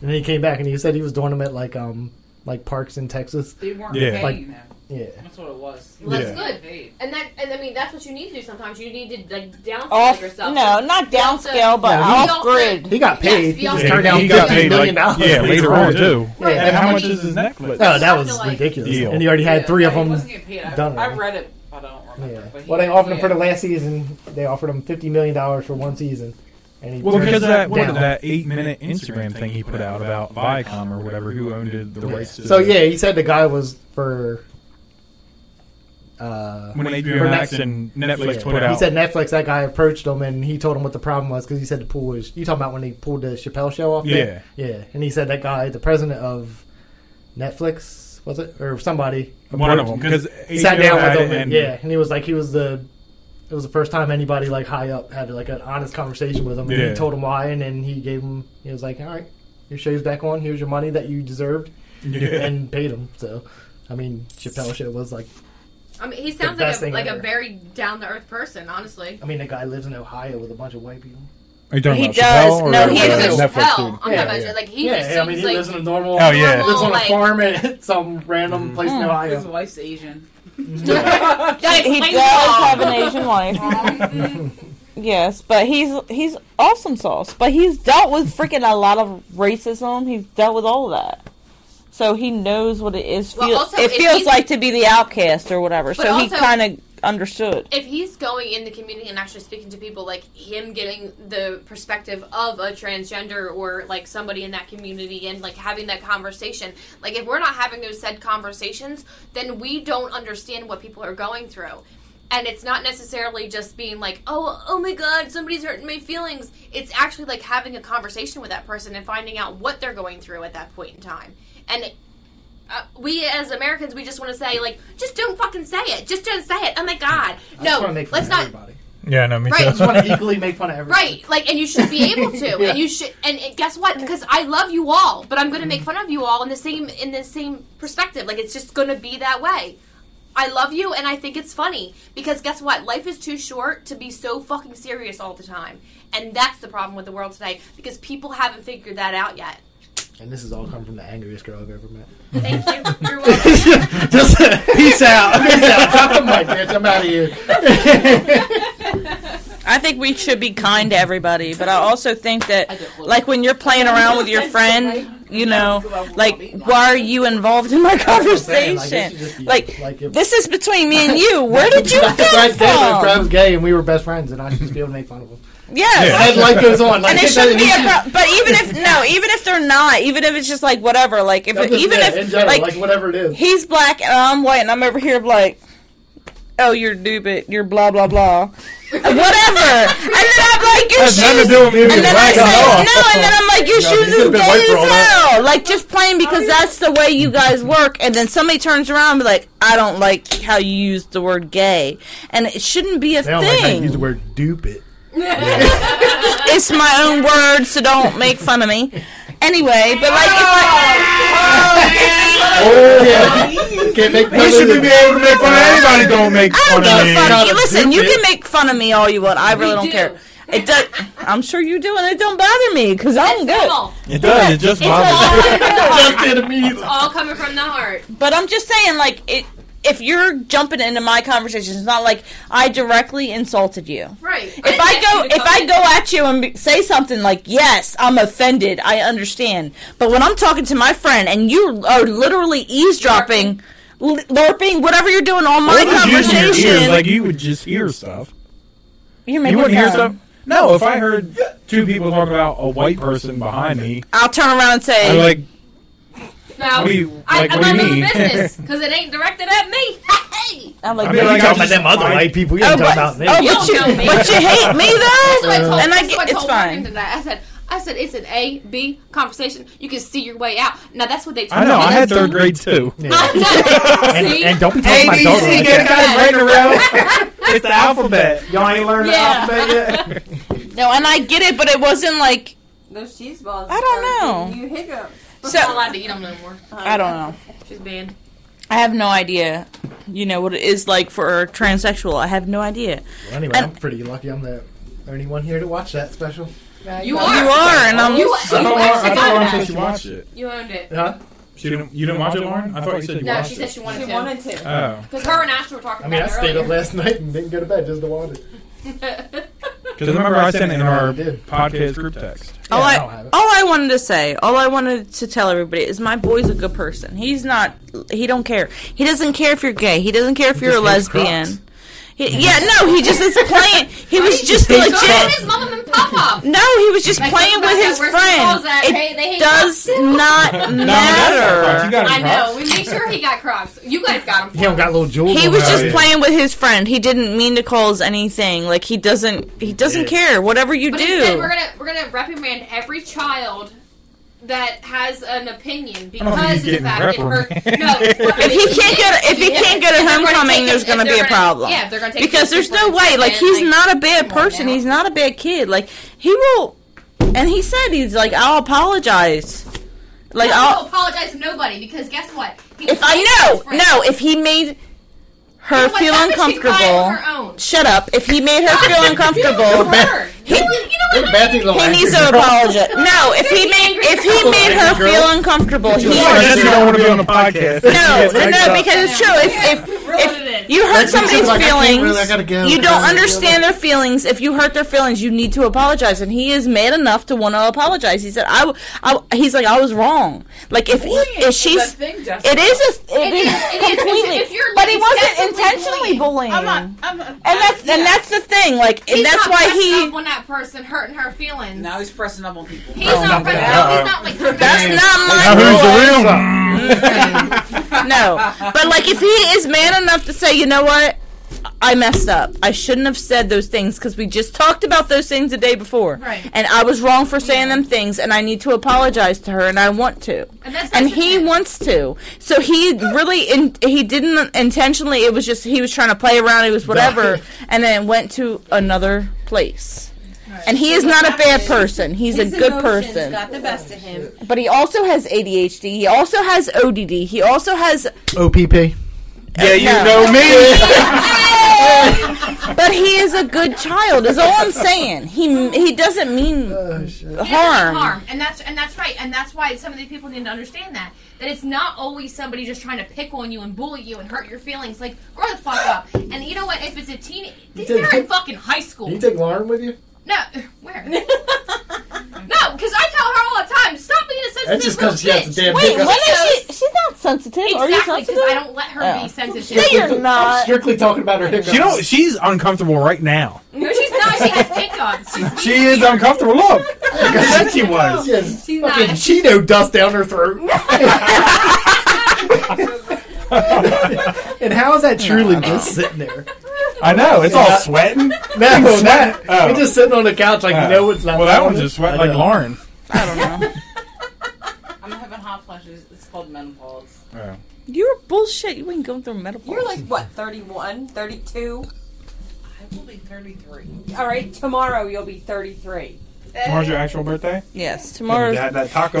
E: and then he came back and he said he was doing them at like um like parks in Texas.
A: They weren't
D: Yeah.
A: paying
E: Like-
A: them.
E: Yeah,
A: That's what it was.
B: Well, that's
D: Yeah.
B: good.
A: Paid.
B: And that, and I mean, that's what you need to do sometimes. You need to like downscale
C: off,
B: yourself.
C: no, not downscale, but
E: Yeah, he-
C: off grid.
E: he got
B: Yes,
E: paid. he just turned
D: Yeah,
E: down
D: he got
E: $50
D: paid
E: million
D: like
E: dollars.
D: yeah later on too.
E: Yeah.
B: Right,
D: And
B: but
D: how
B: I
D: much
B: mean-
D: is his necklace?
E: No, Oh, that
B: Have
E: was
B: to, like-
E: ridiculous.
D: Deal.
E: And he already had three of
A: Yeah, he
E: them.
A: wasn't getting paid. I,
E: done,
A: I
E: right?
A: read it. I don't remember.
E: Yeah.
A: But he-
E: Well, they offered him
A: yeah.
E: for the last season. They offered him fifty million dollars for one season. And he
D: Well,
E: turned
D: because of
E: it
D: that what,
E: down.
D: that eight minute Instagram thing he put out about Viacom or whatever, who owned it, the rights. to
E: So
D: the-
E: yeah, he said the guy was for. Uh,
D: when
E: For
D: HBO Max
E: Netflix.
D: and Netflix
E: yeah.
D: put out,
E: He said Netflix. That guy approached him and he told him what the problem was because he said the pool was. You talking about when they pulled the Chappelle show off?
D: yeah,
E: there? yeah. And he said that guy, the president of Netflix, was it or somebody?
D: one of them because
E: sat down with him.
D: and
E: And,
D: [laughs]
E: yeah, and he was like, he was the. It was the first time anybody like high up had like an honest conversation with him, and
D: Yeah.
E: he told him why, and then he gave him. He was like, "All right, your show's back on. Here's your money that you deserved,
D: yeah.
E: and paid him." So, I mean, Chappelle show was like.
B: I mean, he sounds like a,
E: best thing
B: like a
E: ever.
B: very down to earth person, honestly.
E: I mean, the guy lives in Ohio with a bunch of white people.
D: Are you talking
C: He
D: about
C: does.
D: Chappelle
C: No,
D: or
B: he
D: the
B: is
A: a
B: a
D: Netflix
B: hell.
D: dude?
B: I'm
E: Yeah,
B: not
E: yeah.
B: about like he just
E: Yeah,
B: seems
E: I mean, he
B: like
E: lives in a normal.
D: Oh, yeah.
E: lives on a
B: Like-
E: farm at [laughs] some random place in
A: His
E: Ohio.
A: wife's Asian.
B: That
C: He
B: explains
C: does
B: it all.
C: have an Asian wife.
B: [laughs]
C: Yes, but he's he's awesome sauce. But he's dealt with freaking a lot of racism. He's dealt with all of that. So he knows what it is.
B: Well,
C: feel-
B: also,
C: it
B: if
C: feels
B: he's-
C: like to be the outcast or whatever. So he
B: also-
C: kind of understood.
B: If he's going in the community and actually speaking to people, like him getting the perspective of a transgender or like somebody in that community and like having that conversation, like if we're not having those said conversations, then we don't understand what people are going through. And it's not necessarily just being like, oh, oh my God, somebody's hurting my feelings. It's actually like having a conversation with that person and finding out what they're going through at that point in time. And uh, we as Americans, we just want to say like, just don't fucking say it. Just don't say it. Oh my god,
E: I just
B: no,
E: wanna make fun
B: let's
E: of
B: not.
E: everybody.
D: Yeah, no, me
B: Right,
E: I just want [laughs] to
D: too.
E: equally make fun of everybody.
B: Right, like, and you should be able
E: [laughs]
B: to,
E: Yeah.
B: and you should, and it- guess what? Because I love you all, but I'm going to
E: Mm-hmm.
B: make fun of you all in the same in the same perspective. Like, it's just going to be that way. I love you, and I think it's funny because guess what? Life is too short to be so fucking serious all the time, and that's the problem with the world today because people haven't figured that out yet.
E: And this has all come from the angriest girl I've ever met.
B: Thank
E: [laughs]
B: you. You're welcome.
E: Just peace out. Peace out. Drop the mic, bitch. I'm out of here.
C: I think we should be kind to everybody, but I also think that,
A: get blue.
C: like, when you're playing around with your friend, you know, like, why are you involved in my
E: saying, like, it
C: conversation?
E: should just be,
C: Like,
E: like, if-
C: this is between
E: [laughs]
C: me and you. Where did you
E: Like, if
C: come
E: Brad Pitt and Brad
C: from?
E: was gay and we were best friends, and I should just be able to make [laughs] fun of him.
C: Yes.
E: And life goes on. Like,
C: And it
E: doesn't
C: shouldn't be
E: need
C: a
E: to-
C: pro- but even if no, even if they're not, even if it's just like whatever, like if
E: I'm just-
C: even
E: yeah,
C: if
E: in general, like,
C: like
E: whatever it is,
C: he's black and I'm white and I'm over here like, oh, you're stupid, you're blah
E: [laughs]
C: blah blah, whatever. And then I'm like, your
D: Has nothing to
C: shoes.
D: do with me being
C: And then I
D: black
C: say
D: at all.
C: no, and then I'm like, your
E: Yeah,
C: shoes
E: you could've
C: is
E: been
C: gay
E: white
C: as
E: for all that.
C: hell. Like just plain because that's the way you guys work. And then somebody turns around and be like, I don't like how you use the word gay, and it shouldn't be a
E: they don't like how you
C: thing.
E: use the word "stupid."
C: it's my own word, so don't make fun of me. Anyway, but like, if I,
E: Oh yeah, can't make fun
D: You
E: of
D: should
E: it.
D: be able to make fun of anybody. Don't make
C: I
D: fun
C: don't give a
D: of
C: fuck.
D: me.
C: You- Listen, you
E: stupid.
C: can make fun of me all you want. I really
B: We
C: don't
B: do.
C: care. It does. I'm sure you do, and it don't bother me because I'm
B: That's
C: good.
B: all.
D: It does. It just bothers.
B: All coming from the heart.
D: [laughs]
E: Jumped in immediately.
B: All coming from the heart.
C: But I'm just saying, like, it, if you're jumping into my conversation, it's not like I directly insulted you.
B: Right.
C: If I go, if I go at you and be- say something like, "Yes, I'm offended. I understand," but when I'm talking to my friend and you are literally eavesdropping, l- lurping, whatever you're doing on my
D: It was using your ears,
C: conversation,
D: Like you would just hear stuff.
C: you're making
D: You wouldn't hear
C: fun.
D: stuff. No, if I heard two people talking about a white person behind me,
C: I'll turn around and
D: I'd be
C: say,
D: like,
B: now,
D: what do you
B: I,
D: like?
B: I
D: What do
B: mind
D: you
B: my
D: mean?
B: own
D: [laughs]
B: business because it ain't directed at me. [laughs] hey,
C: "I'm like,
D: I mean,
E: You
D: like,
E: talking about
D: I just-
E: them other
D: I-
E: white people? You
C: oh,
E: ain't
C: but,
E: talking about me.
C: oh,
B: You
C: but
B: don't
C: you,
B: know me.
C: but you hate me
B: that's
C: though."
D: Uh.
B: what I told.
C: and I
B: that's
C: get
B: what I
C: it's
B: told Morgan
C: fine.
B: today. I said, I said it's an A B conversation. You can see your way out. Now that's what they told
D: I know.
B: me.
D: I had
B: That's-
D: third
E: [laughs]
D: grade too.
B: I
D: [laughs]
E: And,
B: know. See?
E: and don't be talking about daughter like that.
D: right around. [laughs] It's the alphabet.
E: Y'all ain't learned
B: Yeah.
E: the alphabet yet.
C: No, and I get it, but it wasn't like
F: Those cheese balls.
C: I don't
F: are
C: know.
F: giving You hiccups.
B: [laughs] I'm not
C: [laughs] so.
B: allowed to eat them no more.
C: I don't know.
B: She's banned.
C: I have no idea. You know what it is like for a transsexual. I have no idea.
E: Well, anyway, I'm pretty lucky. I'm the only one here to watch that special.
B: You
C: You
B: are.
C: are, and I'm.
B: You, you
D: I don't,
B: actually
D: I don't
B: got
D: think
B: it.
D: she watched it.
B: You owned it.
E: Huh?
D: She didn't, you didn't watch it, Lauren? I thought you said you
B: No,
D: watched
B: she said she wanted
F: She
B: to.
F: wanted to.
D: Oh,
B: Because her and Ashley were talking
E: I mean, I
B: about
E: stayed
B: it
E: up
B: earlier.
E: last night and didn't go to bed just to watch it.
D: because remember I sent it in our
E: You did.
D: podcast group text.
C: All
E: Yeah,
C: I,
E: I don't have it.
C: all I wanted to say, all I wanted to tell everybody is my boy's a good person. He's not. He don't care. He doesn't care if you're gay. He doesn't care if you're a
E: just hates Crocs.
C: lesbian. He, yeah, no, he just is playing. He was just
B: Go
C: legit.
B: ahead, his mom and papa.
C: No, he was just playing
B: Like,
C: with his
B: we're supposed
C: friend.
B: to say,
C: It
B: hey, they hate [laughs]
C: does not
D: that's
C: matter.
D: not
B: I
D: right. You got
B: know. We made sure he got Crocs. You guys got
C: [laughs]
B: them.
E: He don't got little jewels.
C: He
E: on
C: was
E: there.
C: just
D: yeah.
C: playing with his friend. He didn't mean to cause anything. Like he doesn't. He doesn't
E: Yeah.
C: care. Whatever you
B: But instead, we're
C: do.
B: gonna we're gonna reprimand every child that has an opinion
D: I
B: because
D: don't think
B: of
D: he's
B: the fact it
D: getting
B: hurt. No,
D: reprimanded.
B: if
C: If he can't get, if he can't get a homecoming, there's going to be a problem.
B: Yeah, if they're gonna take
C: because there's no way like he's not a bad person
B: now.
C: he's not a bad kid like he will and he said he's like i'll apologize like
B: I'll
C: i'll
B: apologize to nobody because guess what? He
C: if i
B: played with
C: know
B: his
C: no
B: friends.
C: if he made her
B: What
C: feel
B: Oh happened? She cried on
C: uncomfortable
B: her own. [laughs]
C: shut up if he made her feel
B: Feel
C: uncomfortable
B: hurt.
C: He,
E: The bad thing is I'm
C: he
E: angry,
C: needs
E: [laughs]
C: to
E: girl.
C: apologize. No, if he made if he made her
E: Angry
C: feel
E: girl.
C: uncomfortable, he
D: Yes, you don't want to be on the podcast.
C: No,
D: Yes, thanks,
C: no,
D: Doc.
C: because it's true. If if, if you hurt
E: That's because,
C: somebody's
E: like, I can't
C: feelings,
E: really- I gotta go.
C: you
E: I
C: don't
E: gotta
C: understand their feelings. If you hurt their feelings, you need to apologize. And he is mad enough to want to apologize. He said, "I, w- I w- he's like, I was wrong. Like if he,
A: Bullying
C: if
A: is a
C: she's,
A: thing, Jessica.
C: it is a,
B: It
C: it
B: is- it
C: is
B: is, 'cause
C: completely.
B: if you're,
C: but he
B: like,
C: wasn't
B: excessively
C: intentionally bullying.
A: I'm not. I'm not.
C: and that's
B: yeah.
C: and that's the thing. Like
B: He's
C: and that's
B: not
C: why
B: pressing up
C: he.
B: on that person hurting her feelings.
A: now he's pressing up on people.
B: He's not pressing up. He's not like hurting
C: That's
B: her.
C: not
D: Now
C: my
D: who's
C: rule.
D: the real one?
C: no. But like, if he is man enough to say, you know what, I messed up. I shouldn't have said those things because we just talked about those things the day before,
B: Right.
C: and I was wrong for saying them things, and I need to apologize to her, and I want to.
B: And that's
C: And
B: that's
C: he
B: it.
C: wants to, so he really in, he didn't intentionally. It was just he was trying to play around. He was whatever, and then went to another place. And he is not a bad person. He's
F: His
C: a good
F: emotions
C: person
F: Got the best of him.
C: but he also has ADHD. He also has ODD. He also has.
E: OPP.
D: Yeah, you
C: No.
D: know me.
C: But he is a good child. Is all I'm saying. He he doesn't mean
E: Oh, shit.
C: harm.
B: harm, and that's and that's right, and that's why some of these people need to understand that that it's not always somebody just trying to pick on you and bully you and hurt your feelings. Like grow the fuck up. And you know what? If it's a teen, they're in fucking high
E: Can you
B: school.
E: take Lauren with you?
B: No, where? [laughs] no, because I tell her all the time, stop being a sensitive
E: That's just because she
B: little
E: has a
B: bitch.
E: damn
C: Wait,
E: big
C: when
E: ass-
C: is she? She's not sensitive. Are you
B: Exactly,
C: sensitive?
B: because I don't let her
C: Oh.
B: be sensitive.
C: No, you're not.
E: Strictly talking about her hiccups.
D: You know she's uncomfortable right now.
B: No, she's not. She has
E: [laughs]
B: hiccups. She's,
D: She is uncomfortable. Look, I said she was.
E: She has
B: she's
E: fucking
B: not.
E: Cheeto dust down her
C: [laughs]
E: throat. [laughs] and how is that truly just sitting there?
D: I know. It's all sweating.
E: No,
D: Sweat?
E: not,
D: Oh.
E: we're just sitting on the couch like,
D: Oh.
E: you know it's not
D: Well, that
E: on
D: one's
E: it.
D: just sweating
E: I
D: like
E: know.
D: Lauren.
C: I don't know.
A: I'm having hot flashes. It's called menopause.
C: You're bullshit. You ain't going through menopause.
F: You're like what, 31, 32?
A: I will be 33.
F: All right, tomorrow you'll be 33.
D: Tomorrow's your actual birthday.
C: yes. Tomorrow's
D: That, that taco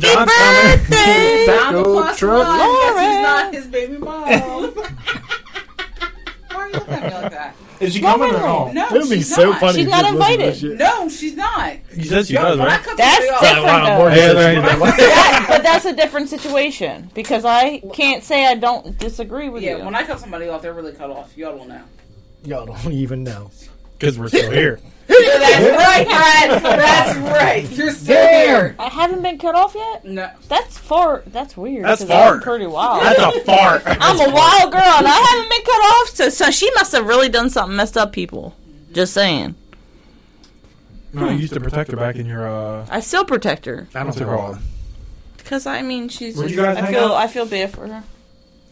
D: truck, John's coming.
C: [laughs] birthday.
A: Donald
E: Go
A: Plus
E: truck
A: one. Guess he's
C: Lauren.
A: not his baby
C: [laughs]
A: mom. Why are you looking at me like that?
D: Is she coming or
C: Lauren.
D: not?
A: No,
E: It would be
A: she's
E: so
A: not.
E: funny.
C: She's
E: if
C: not
E: you listen to this
C: invited.
E: shit.
A: No, she's not.
D: She says she
A: No,
D: does,
A: when I
D: right?
A: cut
C: That's
A: somebody off-
C: different. though.
E: Lauren said
D: Yeah,
E: she's [laughs]
D: there
A: [laughs]
E: not
D: you
E: invited.
C: That- but that's a different situation because I can't say I don't disagree with
A: Yeah,
C: you.
A: when I cut somebody off, they're really cut off. Y'all don't know.
E: Y'all don't [laughs] even know.
D: Because we're still here.
A: That's right, Brad. That's right. You're still here.
C: I haven't been cut off yet.
A: No.
C: That's far. That's weird.
D: That's
C: 'cause
D: far.
C: I'm Pretty wild.
D: That's a fart.
C: I'm a wild girl and I haven't been cut off. So, so she must have really done something messed up, people. Just saying.
D: [laughs] No, you used to protect her back in your uh.
C: I still protect her
E: I
D: What's it called?
C: because I mean she's.
D: Where'd
C: just-
D: you guys
C: I
D: hang
C: feel
D: out?
C: I feel bad for her.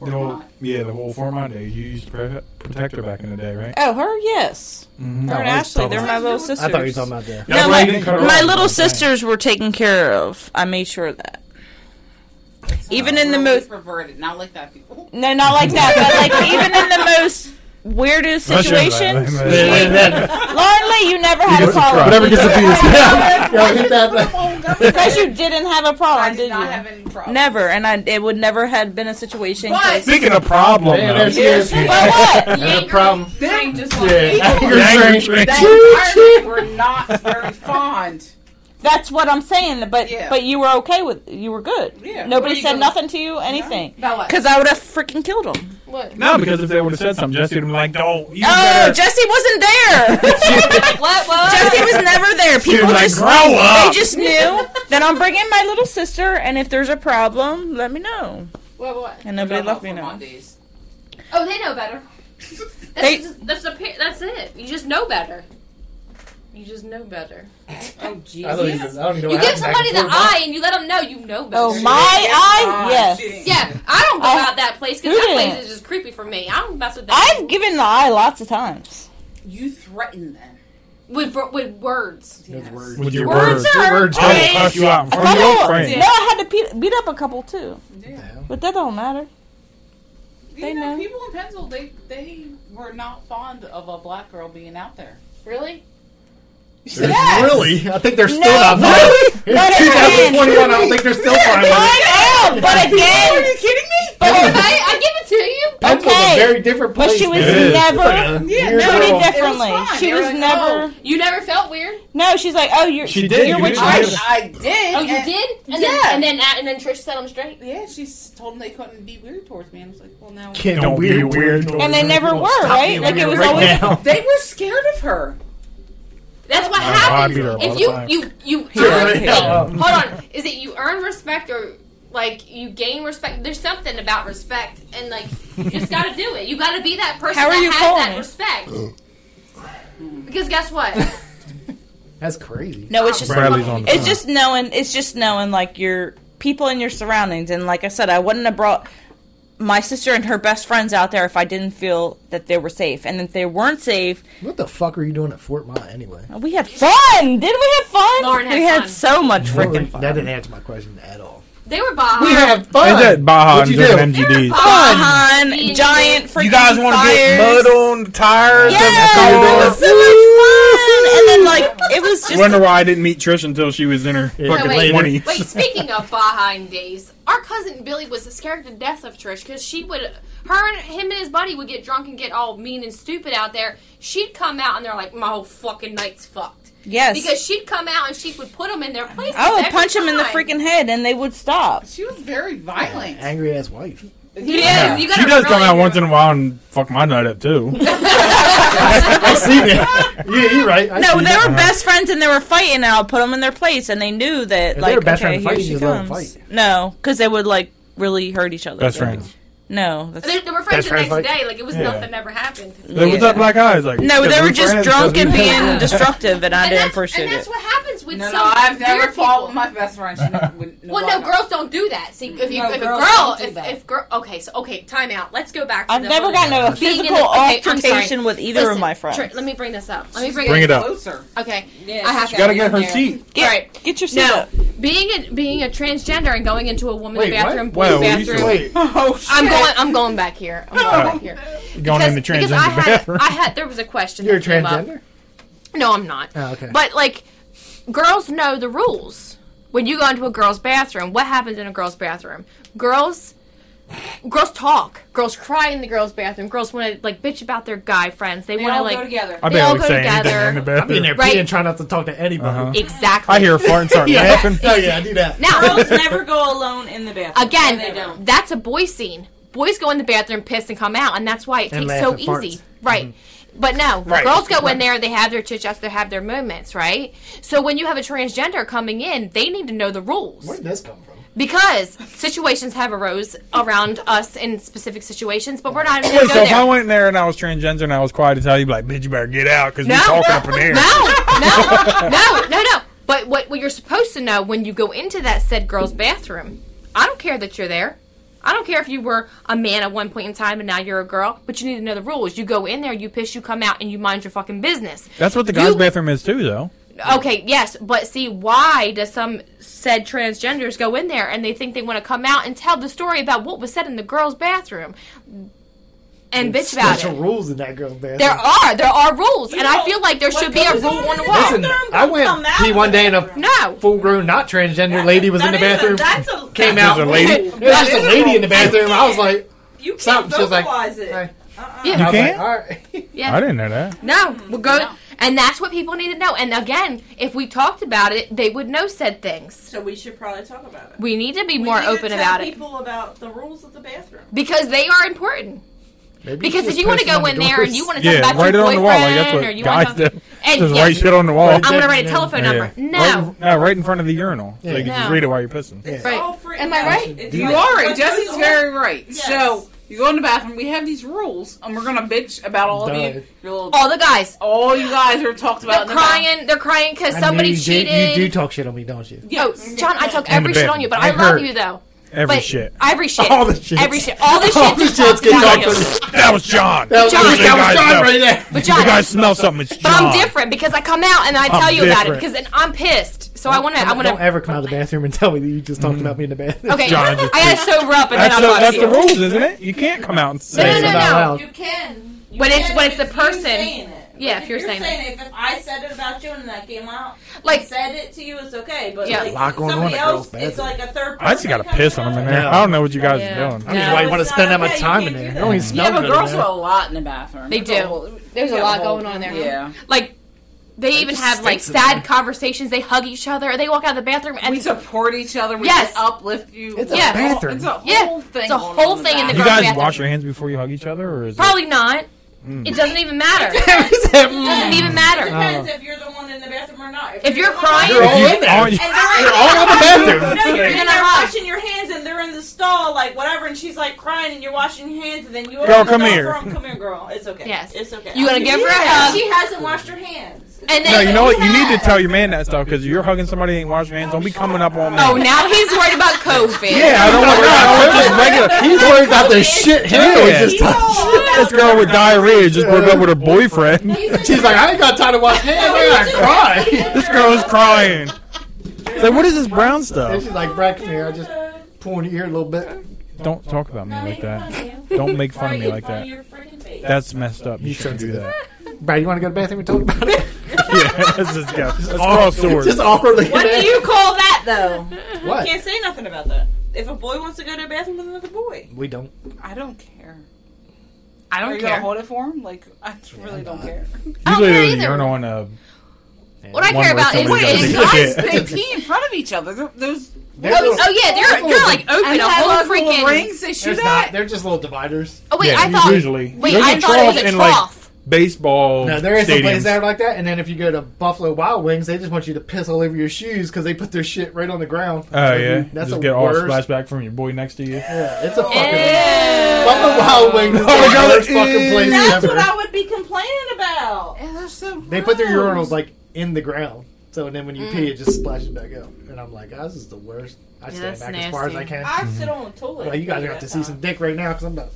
D: The whole, yeah, the whole four mile day. You used to pre- protect her back in the day, right?
C: Oh, her yes.
D: Mm-hmm.
C: Her and Ashley, they're my little sisters.
E: I thought you were talking about that.
C: No, my, my little sisters were taken care of. I made sure of that. Even in the
A: Really
C: most
A: perverted, not like that
C: [laughs]
A: people.
C: no, not like that, but like
E: [laughs]
C: even in the most weirdest situations,
E: And [laughs] then,
C: Lauren Lee, you never had a
D: doesn't cry.
C: problem.
E: whatever gets
C: because [laughs]
E: abused. Y'all hit
A: [laughs]
E: that.
C: you [laughs] didn't have a problem,
A: I
C: did
A: did
C: you?
A: not have any problem.
C: Never, and I it would never had been a situation.
A: But-
C: 'cause-
D: Speaking of problem,
E: Man, there she
D: though.
E: is.
C: But what?
E: That's a problem.
A: Them, just
E: Yeah,
A: like people
D: Yeah,
E: anger
D: angry
E: drink.
D: drink.
A: that
E: [laughs]
A: environment were not very fond.
C: [laughs] That's what I'm saying. But
A: Yeah.
C: but you were okay with you were good.
A: Yeah. What are
C: Nobody
A: you
C: said
A: gonna-
C: nothing to you, anything.
B: About what?
C: Because I would have freaking killed him.
B: What?
D: No, because if they would have said something, Jesse would have been like, "Don't." You
C: Oh,
D: better-
C: Jesse wasn't [laughs] there.
F: What? What?
C: Jesse was never there.
D: Dude,
C: People
D: like,
C: just
D: grow
C: they
D: up.
C: just knew that I'm bringing my little sister, and if there's a problem, let me know.
B: What? What?
C: And nobody
A: Not
C: let
A: for
C: me know.
A: Mondays.
B: Oh, they know better. That's
C: They-
B: just, that's, a, pa- that's it. You just know better. You just know better.
F: Oh,
E: I don't even,
F: Jesus.
E: I don't
B: You
E: even know what
B: give
E: happened back
B: somebody the
E: and forth.
B: eye and you let them know you know better.
C: Oh my eye, yes.
A: she-
B: Yeah, I don't go
C: I-
B: out that place because
C: Who
B: that
C: didn't?
B: place is just creepy for me. I don't mess with that.
C: I've given the eye lots of times.
A: You threatened them.
B: with with words.
E: Those
A: Yes.
E: words.
D: with your
C: Words
D: words,
C: are
E: Words
D: I
E: hurt.
D: will cuss you out in
C: A
D: front of your
C: couple. No,
D: friends.
C: I had to beat, beat up a couple too,
A: Yeah.
C: but that don't matter.
A: You
C: They
A: know,
C: know.
A: people in Pensil, they they were not fond of a black girl being out there.
B: Really?
C: Yes.
E: Really? I think they're still
C: No,
E: not fine.
C: no,
E: It's
C: they can't.
E: 2021. I don't think they're still fine. with it.
C: I know, but again,
A: kidding me?
C: but
B: I, I give it to you.
C: Okay,
E: a
C: way.
E: very different
C: But
E: place.
C: she was
D: It is.
C: never
A: Yeah,
E: You're
C: treated
E: wrong.
A: no,
C: differently.
A: fine.
C: She
A: You're
C: was
A: like, "Oh,
C: never.
B: You never felt weird?
C: No, she's like, oh, you're.
D: She did.
C: You're
D: You
C: what
D: didn't
C: you
D: have
C: are.
D: it.
A: I did.
B: Oh, you
A: and-
B: did? And
A: Yeah.
B: Then, and then and then Trish set him straight.
A: Yeah, she s- told him they couldn't be weird towards me. I was like, well, now
E: Can't
D: Don't be
E: weird,
D: weird.
E: weird.
C: And they never were, right? Like it was always.
E: now.
A: [laughs] they were scared of her.
B: That's what
D: Oh,
B: happens.
D: I beat her up all
B: If
D: the
B: you
D: time.
B: you you
C: Yeah.
B: earn,
C: Yeah.
B: hold on, is it you earn respect or like you gain respect? There's something about respect, and like you just got to do it. You got to be that person
C: How are
B: that
C: you
B: has
C: calling
B: that
C: it?
B: respect. because guess
C: [laughs]
B: what?
E: That's crazy.
C: No, it's just.
D: Bradley's on the
C: It's
D: phone.
C: just knowing. It's just knowing like your people and your surroundings. And like I said, I wouldn't have brought my sister and her best friends out there if I didn't feel that they were safe. And if they weren't safe,
E: What the fuck are you doing at Fort Mott anyway?
C: we had fun. Didn't we have fun?
B: Lauren had
C: we had
B: fun.
C: so much freaking
E: That
C: fun.
E: didn't answer my question at all.
B: They were bombed.
E: We had fun.
D: They did Baja
E: What'd
D: and
E: you
D: different
E: do?
D: MGDs.
C: Fun,
B: Being-
C: giant freaking
D: You guys
C: want to
D: get mud on the tires?
C: Yeah,
D: and
C: it was
D: the
C: so much fun. And then like it was
D: car?
C: just
D: Wonder why I didn't meet Trish until she was in her
E: Yeah.
D: fucking
B: No, wait.
D: 20s. [laughs]
B: Wait, speaking of Baja and Days, our cousin Billy was scared to death of Trish because she would, her and him and his buddy would get drunk and get all mean and stupid out there. She'd come out and they're like, my whole fucking night's fucked.
C: yes.
B: Because she'd come out and she would put them in their place.
C: I would punch them in the
B: [laughs]
C: freaking head and they would stop.
A: She was very violent.
E: Uh, Angry ass wife.
B: Yeah, you gotta
D: She does come
B: really
D: out
B: do
D: once
B: it.
D: in a while and fuck my night up too.
E: I see that. yeah, you're right. I
C: No,
E: see
C: they
E: that.
C: were best friends and they were fighting. And I'll put them in their place, and they knew that
E: If
C: like
E: they were best
C: okay,
E: friends fighting,
C: here she
E: just let 'em
C: comes.
E: fight.
C: No, because they would like really hurt each other.
D: Best friends.
C: No, that's,
B: They, they were friends
E: Best
B: the
E: friends
B: next
E: fight?
B: day. Like, it was
D: Yeah.
B: nothing ever happened.
D: Like, What's
C: Yeah.
D: that black eye? It's Like,
C: no,
D: because
C: they
D: we
C: were just
D: friends,
C: drunk
D: because
C: and
D: we
C: being
D: friends.
C: destructive, and I
B: And
C: didn't
B: that's,
C: appreciate
B: and that's
C: it.
B: what happens with
A: No,
B: some
A: no, I've never
B: weird
A: fought
B: people.
A: with my best friend. She never, would-
B: Well, no, girls don't do that. See, if you
F: No,
B: if a
F: girls
B: girl,
F: don't do
B: if,
F: that.
B: if girl, okay, so okay, time out. Let's go back. To
C: I've
B: the
C: never
B: whole-
C: gotten into a
B: Being in
C: physical
B: the- okay, I'm sorry.
C: altercation with either of
B: Listen,
C: my friends.
B: Tr- let me bring this up. Let me bring,
D: Bring it up.
A: Closer.
B: Okay,
F: Yeah,
B: I have
F: she
B: to.
D: Gotta get her
F: Yeah.
D: seat.
C: get,
B: Alright.
C: get your seat
B: No,
C: up.
B: being a being a transgender and going into a woman's
E: Wait, what?
B: bathroom,
D: Wow,
B: boy's
D: we used to-
B: bathroom.
E: Wait,
C: [laughs] Oh shit!
B: I'm going. I'm going back here. I'm going back
E: [laughs]
B: here.
D: going in the
B: because
D: transgender
B: I had,
D: bathroom.
B: I had. There was a question.
E: you're a
B: that came up.
E: transgender.
B: No, I'm not.
E: Oh, okay.
B: But like, girls know the rules. When you go into a girl's bathroom, what happens in a girl's bathroom? Girls, girls talk. Girls cry in the girls' bathroom. Girls want to like bitch about their guy friends. They,
F: They
B: want to
F: all
B: like
F: go together.
D: I
B: they all
D: barely
B: go
D: say anything
B: together.
D: in the bathroom.
E: in there
B: Right.
E: peeing, trying not to talk to anybody.
B: exactly.
D: I hear a
B: [laughs]
D: fart and start laughing.
E: Uh-huh. Oh yeah, I do that.
D: [laughs]
B: now.
C: Girls never go alone in the bathroom.
B: Again,
F: No, they don't.
B: that's a boy scene. Boys go in the bathroom, piss, and come out, and that's why it
E: And Mm-hmm.
B: takes
E: laugh
B: so
E: at farts.
B: easy, right? But no,
E: Right.
B: girls go
D: [laughs]
B: in there. They have their chit chats. They have their moments, right? So when you have a transgender coming in, they need to know the rules
E: Where did this come from?
B: because situations have arose around us in specific situations, but we're not even
D: Wait,
B: going to
D: so
B: go
D: if I
B: there.
D: went in there and I was transgender and I was quiet as hell, you'd be like, bitch, you better get out because
B: No.
D: we're talking up in there. [laughs]
B: No, no, no, no, no. But what, what you're supposed to know when you go into that said girl's bathroom, I don't care that you're there. I don't care if you were a man at one point in time and now you're a girl, but you need to know the rules. You go in there, you piss, you come out, and you mind your fucking business.
D: That's what the guys'
B: You-
D: bathroom is too, though.
B: Okay, yes, but see, why does some said transgenders go in there and they think they want to come out and tell the story about what was said in the girls' bathroom and bitch about
E: Special
B: it?
E: rules in that girl's bathroom.
B: There are there are rules, and I
C: know,
B: feel like there
C: what
B: should be a
C: goes
B: rule
C: on
B: on
C: in
B: the
C: the
B: wall.
E: Listen, I
C: Come
E: went
C: out
E: pee one day and a
B: No,
E: full-grown, not transgender lady was in the
C: That is
E: bathroom.
C: a- that's a-
E: came
D: There's
E: out.
D: a lady.
E: There was just a lady in the bathroom. I
B: [laughs]
E: was like,
F: You can't
E: Stop, she was like-
F: vocalize it.
E: Hey.
F: Uh-uh.
B: Yeah.
E: I was
D: can't?
E: like, all
B: [laughs]
E: right.
B: yeah,
D: I didn't know that.
B: No, we'll go, and that's what people need to know. And again, if we talked about it, they would know said things.
F: So we should probably talk about it.
B: We need to be
F: We
B: more
F: need to
B: open
F: tell
B: about it
F: people about the rules of the bathroom.
B: because they are important.
E: Maybe
B: Because
E: she
B: if you
E: was
B: want to
E: pissing
B: go
E: on
B: in
E: the
B: there and you
E: doors.
B: want to talk
D: Yeah,
B: about
D: write it
B: your
D: on
B: boyfriend
D: the wall. Like, that's
B: or you
D: what
B: want
D: guys
B: to,
D: do.
B: and
D: Just
B: yes,
D: write shit on the wall.
B: I'm gonna write a
E: Yeah.
B: telephone
D: Yeah.
B: number. No,
D: Right, no, right in front of the urinal. So you can
B: No.
D: just read it while you're pissing.
E: Yeah.
F: It's
B: Right.
A: Oh,
F: all free.
B: Am I right?
F: It's
A: You
F: like-
A: are.
F: Like,
A: and Jesse's
F: those-
A: very right.
F: Yes.
A: So you go in the bathroom. We have these rules, and we're gonna bitch about all of
E: Duh.
A: you. Your little, all,
B: all the guys.
A: you guys are talked about. in
B: They're
A: the bathroom.
B: crying. They're crying because
E: I knew
B: somebody
E: you did-
B: cheated.
E: you do talk shit on me, don't you?
A: Yeah.
B: oh, John, I talk
D: the
B: every shit on
D: bathroom.
B: you, but
E: I
B: I love
E: heard.
B: you though.
D: Every
B: But-
D: shit.
B: Every shit.
E: All the shits.
B: Every shit. All the shit.
E: All the shits get
B: talked about
E: talked
B: you.
E: on.
D: That was John.
E: That was,
B: John.
E: that was
D: Guys,
E: John
D: no.
E: right there.
B: But
D: you
B: John,
D: guys smell something. It's
B: But
D: John.
B: I'm different because I come out and I
D: I'm
B: tell you about it
D: different.
B: because then I'm pissed. So I want to. I want
E: Don't
B: to.
E: ever come out of the bathroom and tell me that you just
F: Mm-hmm.
E: talked about me in the bathroom.
B: Okay,
D: John, just-
B: I gotta sober up and then
D: That's,
B: I'll
D: the,
B: talk
D: that's
B: to
D: the
B: you.
D: rules, isn't it? You can't come out and say
B: no,
D: it
B: no, no.
D: without-
E: Out loud.
F: You can. You
B: When it's-
F: can
B: when
F: if
B: it's the
F: you
B: person.
F: saying it.
B: Yeah,
F: Like,
B: if you're saying
F: if, if I said it about you and that came out,
B: Like-
F: like said it to you, it's okay. But
B: Yeah.
F: like,
E: A lot going on
F: somebody
E: in that girl's
F: else, it's
E: bathroom.
F: like a third.
D: I just
F: person
D: got to
F: coming
D: piss on
F: out.
D: them in there.
E: Yeah.
D: I don't know what you guys
B: Yeah.
E: I
D: are doing.
E: don't
F: No,
E: know why [laughs] you
F: it's
E: want to
F: not
E: spend that
F: okay.
E: much
F: You
E: time
F: can't
E: in
F: do
E: there. It
F: that.
E: only
F: Yeah,
E: smells
A: Yeah, but
E: good in
A: girls do
E: [laughs] there.
A: a lot in the bathroom.
B: They
A: There's a
B: do.
A: whole-
B: There's a
A: yeah,
B: lot
A: whole-
B: going on there.
A: Yeah.
B: Like they even
E: just
B: have like
E: stinks in
B: sad
E: there.
B: conversations. They hug each other. They walk out of the bathroom and
A: we support each other. We
B: Yes.
A: uplift you.
E: It's
B: a Yeah.
E: bathroom.
A: It's a whole
B: Yeah.
A: thing.
B: It's a
A: going
B: whole
A: on
B: thing in the
A: bathroom.
D: You
B: girls'
D: guys
B: bathroom.
D: wash your hands before you hug each other, or is
B: probably not.
D: Mm.
B: It doesn't even [laughs] matter. It
E: "Mm."
F: It
B: doesn't even matter.
F: Depends if you're the one in the bathroom or not.
B: If [laughs] you're
F: the one-
B: crying-
E: You're
D: It,
E: all
D: you,
E: in there.
D: are you- [laughs]
F: and they're
E: You're
F: like-
E: all in the
F: No,
E: bathroom.
F: you're
B: You're
F: in there
B: gonna hug.
F: washing your hands, and they're in the stall, like whatever, and she's like crying, and you're washing your hands, and then you open
D: Girl,
F: the
D: come
F: door
D: here.
F: for 'em. Come here, girl. It's okay.
B: Yes.
F: it's okay.
B: You gonna
F: She
B: give her a
F: has-
B: hug.
F: She hasn't washed her hands.
B: And then
D: No, you know what? You need to tell your man that stuff because you're hugging somebody that ain't washing your hands. Don't be coming up on me.
B: Oh, now he's worried about COVID.
D: yeah, I don't want that. I want just regular.
E: He's worried about the shit Hannah was just
D: Yeah.
E: talking.
D: This girl with diarrhea just broke up with her boyfriend.
E: She's like, I ain't got time to wash hands. I
B: [laughs]
E: gotta cry.
D: This girl is crying. It's like, what is this brown
E: And
D: stuff?
E: she's like, Brad, come here. I just pulling your ear a little bit.
D: Don't talk about me like that.
F: Don't
D: Don't make fun of me like that.
F: Your freaking face.
D: That's messed up. You shouldn't
E: [laughs]
D: do that. [laughs]
E: Brad, you want to go to the bathroom and talk about it?
D: Yeah, let's just go. Let's cross swords.
E: Just awkwardly.
B: What do you call that though?
E: What?
F: Can't say nothing about that. If a boy wants to go to the bathroom with another boy,
E: We don't.
A: I don't care.
B: I
A: Are
B: don't
A: you gonna
B: care.
A: hold it for him? Like, I just really don't care.
B: I don't care
D: Usually there's
B: either.
D: a urinal on a.
B: What I
D: One
B: care
D: where
B: about is
D: somebody
B: what
D: does
B: is
D: it.
A: Guys,
D: [laughs] Yeah.
A: they pee in front of each other. They're- Those
E: They're
B: Oh,
E: little-
B: oh yeah, they're they're like open
A: and
B: a
A: have
B: whole
A: like little
B: freaking.
A: rings. They shoot
E: There's
A: at.
E: not. They're just little dividers.
B: Oh wait,
D: yeah,
B: I thought.
D: usually.
B: Wait,
D: There's
B: I
D: a
B: thought it was
D: trough
B: a
D: in, like,
B: trough.
D: baseball.
E: No, there is some places
D: stadiums.
E: that are like that. And then if you go to Buffalo Wild Wings, they just want you to piss all over your shoes because they put their shit right on the ground.
D: Oh
E: So
D: yeah,
E: you- that's
D: just
E: a
D: get all
E: worse.
D: splashback from your boy next to you.
E: Yeah, it's a fucking.
B: Eh. Ew.
E: Buffalo Wild Wings is
D: Oh my
E: the
D: God,
E: worst
D: that
E: fucking
D: is-
E: place
F: that's
E: ever.
F: what I would be complaining about.
A: Yeah, they're so
E: They put their
A: gross.
E: urinals like in the ground. So and then when you pee,
B: Mm.
E: it just splashes back out. And I'm like, oh, this is the worst. I stand
B: that's
E: back as far as I
B: nasty.
E: can.
F: I sit on the toilet.
E: Like, you guys are going to see some dick right now because I'm not.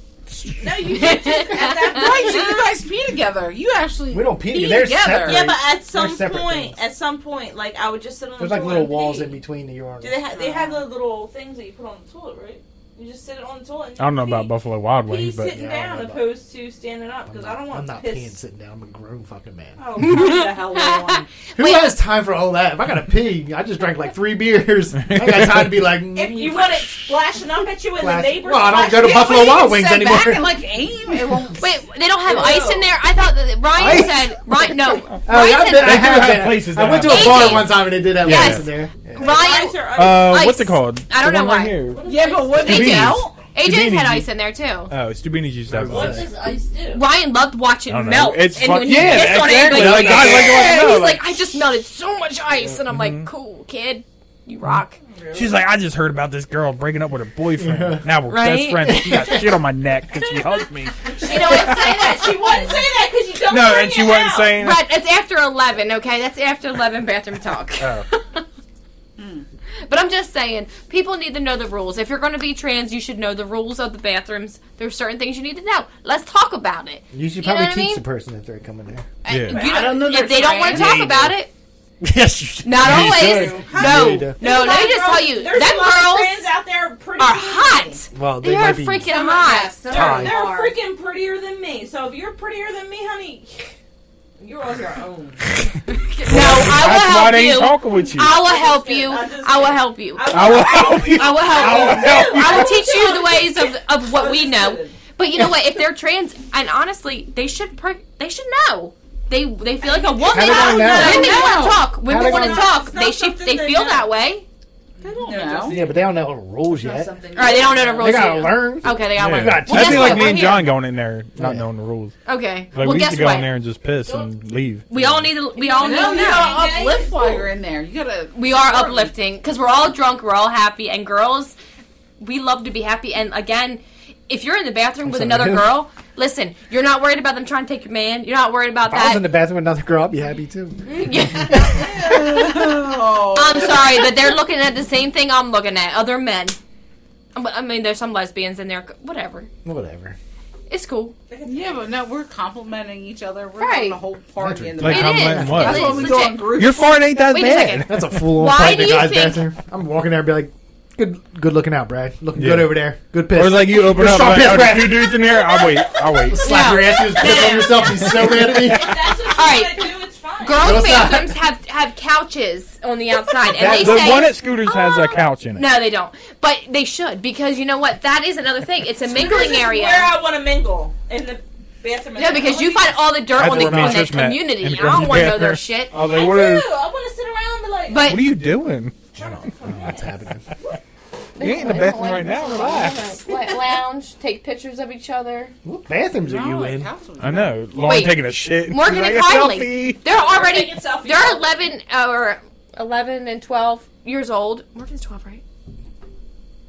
F: No, you did just at
E: [laughs]
F: that
A: Right,
F: point.
A: so you guys pee together. You actually
E: We don't pee together. They're separate.
F: Yeah, but at some
E: separate
F: point,
E: things.
F: at some point, like I would just sit on
E: There's
F: the
E: like
F: toilet
E: little
F: and
E: walls
F: pee.
E: in between the urinals.
F: Do they have? They have the little things that you put on the toilet, right? You just sit it on the toilet. And
D: I don't know about
F: pee.
D: Buffalo Wild
F: Pee
D: Wings, but
F: sitting
E: Yeah, I
F: down
E: don't know about-
F: opposed to standing up because I don't want
E: I'm
F: to
E: not peeing
F: piss.
E: sitting down. I'm a grown fucking man.
F: Oh, the [laughs] hell on.
E: Who
B: Wait.
E: has time for all that? If I gotta pee, I just drank like three
D: [laughs]
E: beers. I ain't got time to be like.
F: If you want it [laughs] splashing up at you and the
E: Classic.
F: neighbors,
E: Well, I don't go to
F: splashing-
E: Buffalo Wild Wings
A: step
E: anymore.
A: back and like aim. It won't.
B: Wait, they don't have ice in there. I thought that Ryan
E: Ice?
B: said Ryan.
D: [laughs]
B: No,
E: Oh, yeah, I've
B: Ryan
E: been, I
B: said
D: They do have
E: have been.
D: places
E: I
D: that
E: went to
D: have
E: a bar
B: ice.
E: one time and they did have
D: Yes.
E: ice in there. Yeah.
B: Ryan.
F: Ice or ice?
D: uh,
B: Ice.
D: what's it called?
B: I don't
D: The
B: know
D: one
B: why.
D: Right here.
F: What is
A: yeah,
F: ice?
A: but what
D: They
A: did
D: do.
A: you
B: AJ's had
D: Houdini.
B: ice in there too.
D: Oh, Stubini used to have
E: What
D: ice.
E: is-
F: ice do?
B: Ryan loved watching
D: I don't know.
B: melt.
D: It's
B: and
D: fun-
B: when he
D: yeah,
B: pissed on
D: exactly.
B: it, like,
D: Like, guys like to watch
B: yeah.
D: melt,
B: he's
D: like-
B: like, I just melted so much ice, and I'm
D: Mm-hmm.
B: like, cool, kid, you rock.
D: She's like, I just heard about this girl breaking up with her boyfriend.
E: Yeah.
D: Now we're
B: Right?
D: best friends. She got shit on my neck because she
B: [laughs]
D: hugged me.
F: She don't say that. She wouldn't say that because you don't.
D: No,
F: bring
D: and she
F: it
D: wasn't
F: out.
D: saying.
B: But it's after eleven, okay? That's after eleven bathroom talk.
D: [laughs] Oh.
B: But I'm just saying, people need to know the rules. If you're going to be trans, you should know the rules of the bathrooms. There's certain things you need to know. Let's talk about it.
E: You should
B: You know
E: probably
B: what I
E: teach
B: mean?
E: the person if they're coming there.
B: And
D: Yeah. [laughs]
B: you
A: I don't know
B: if
A: they're
B: they don't want
A: trans.
B: to talk
D: Yeah, you
B: about it,
E: Yes, you should.
B: not always.
E: should.
B: No,
E: You do.
B: no. Let me just tell you,
F: There's a lot of
B: them
F: trans
B: girls
F: out there pretty
B: are
F: than me.
B: hot.
E: Well, they
B: They are
E: might be.
B: freaking hot.
F: They're,
E: Hi.
F: they're freaking prettier than me. So if you're prettier than me, honey, you're on your own.
B: No, I
D: That's why
B: will
D: they
B: help you.
D: ain't talking with you.
B: I will help you.
F: I just-
B: I will help you. [laughs]
D: I will help you.
B: I will
D: I
B: [laughs] help
D: will
B: you.
D: help you.
B: I will teach you the ways of, of what we know. But you know what? If they're trans, and honestly, they should per- they should know. They they feel like a woman.
E: do they know?
B: Women
A: No.
B: want to talk.
E: they
B: Women want to
E: know?
B: talk.
F: It's
B: They
F: not
B: should,
F: something
B: they
F: they
B: feel
F: know.
B: that way.
A: No.
E: Yeah, but they don't know the rules yet.
B: All right, they don't know the rules.
E: They gotta
B: yet.
E: learn.
B: Okay, they got
D: Yeah.
B: one.
E: Well,
D: That'd
E: guess
D: be
E: what?
D: like me
B: We're
D: and
B: here.
D: John going in there not
E: Yeah.
D: knowing the rules.
B: Okay.
D: Like
B: well,
D: we used
B: guess
D: to go
B: what?
D: in there and just piss and leave.
B: We all need to. We all need
A: No,
B: to
A: you
B: know.
A: gotta uplift while you're in there. You gotta.
B: We are uplifting because we're all drunk. We're all happy, and girls, we love to be happy. And again, if you're in the bathroom with
E: sorry.
B: another girl, listen, you're not worried about them trying to take your man. You're not worried about
E: If I was
B: that. Mm-hmm.
E: in the bathroom with another girl, I'd be happy too.
A: Oh,
B: I'm sorry, but they're looking at the same thing I'm looking at. Other men. I'm- I mean, there's some lesbians in there. Whatever.
E: Whatever.
B: It's cool.
A: yeah, but no, we're complimenting each other. We're
B: Right.
A: having a whole party in the
D: Like,
A: back.
B: It
D: I'm letting
B: is.
D: what?
A: That's
B: It
A: what
B: is
A: we do
B: legit.
A: in groups.
D: Your fart ain't that
B: Wait a
D: bad.
B: second.
E: That's a full on
B: Why
E: fight in
B: do
E: the
B: you
E: guy's
B: think-
E: bathroom. I'm walking there and be like, Good, good looking out, Brad. Looking
D: Yeah.
E: good over there. Good piss.
D: Or like you open
E: You're
D: up,
E: so
D: like,
E: pissed,
D: are
E: Brad.
D: there two dudes in there? I'll wait. I'll wait.
E: slap your ass. You just
B: [laughs]
E: piss on yourself. She's so mad [laughs] at me.
F: That's what
B: All
F: you
B: right.
F: want to do. It's fine.
E: No,
B: Girls'
E: it's not.
B: bathrooms have have couches on the outside, and they
D: the
B: say uh,
D: one at Scooters has a couch in it.
B: no, they don't. But they should because you know what? That is another thing. [laughs] It's a mingling
F: This is
B: area.
F: Where I want to mingle in the bathroom.
B: No, because you find all the dirt
D: That's
B: on the,
D: where me and
B: on the
D: Trish met,
B: community.
D: in
B: and
D: the
B: I don't want to know
D: bathroom.
B: their shit.
D: I was
F: I
D: like,
F: do.
D: what, is,
F: I want to sit around and be like.
B: But
D: what are you doing?
E: What's happening?
D: You ain't in the bathroom right now. Relax.
B: lounge, take pictures of each other.
E: What bathrooms are you in?
D: I know. Lauren
B: Wait.
D: taking a shit.
B: Morgan
D: She's
B: and
D: like, "A
B: Kylie.
D: selfie."
B: They're already
F: taking selfies.
B: they're eleven or eleven and twelve years old. Morgan's twelve, right?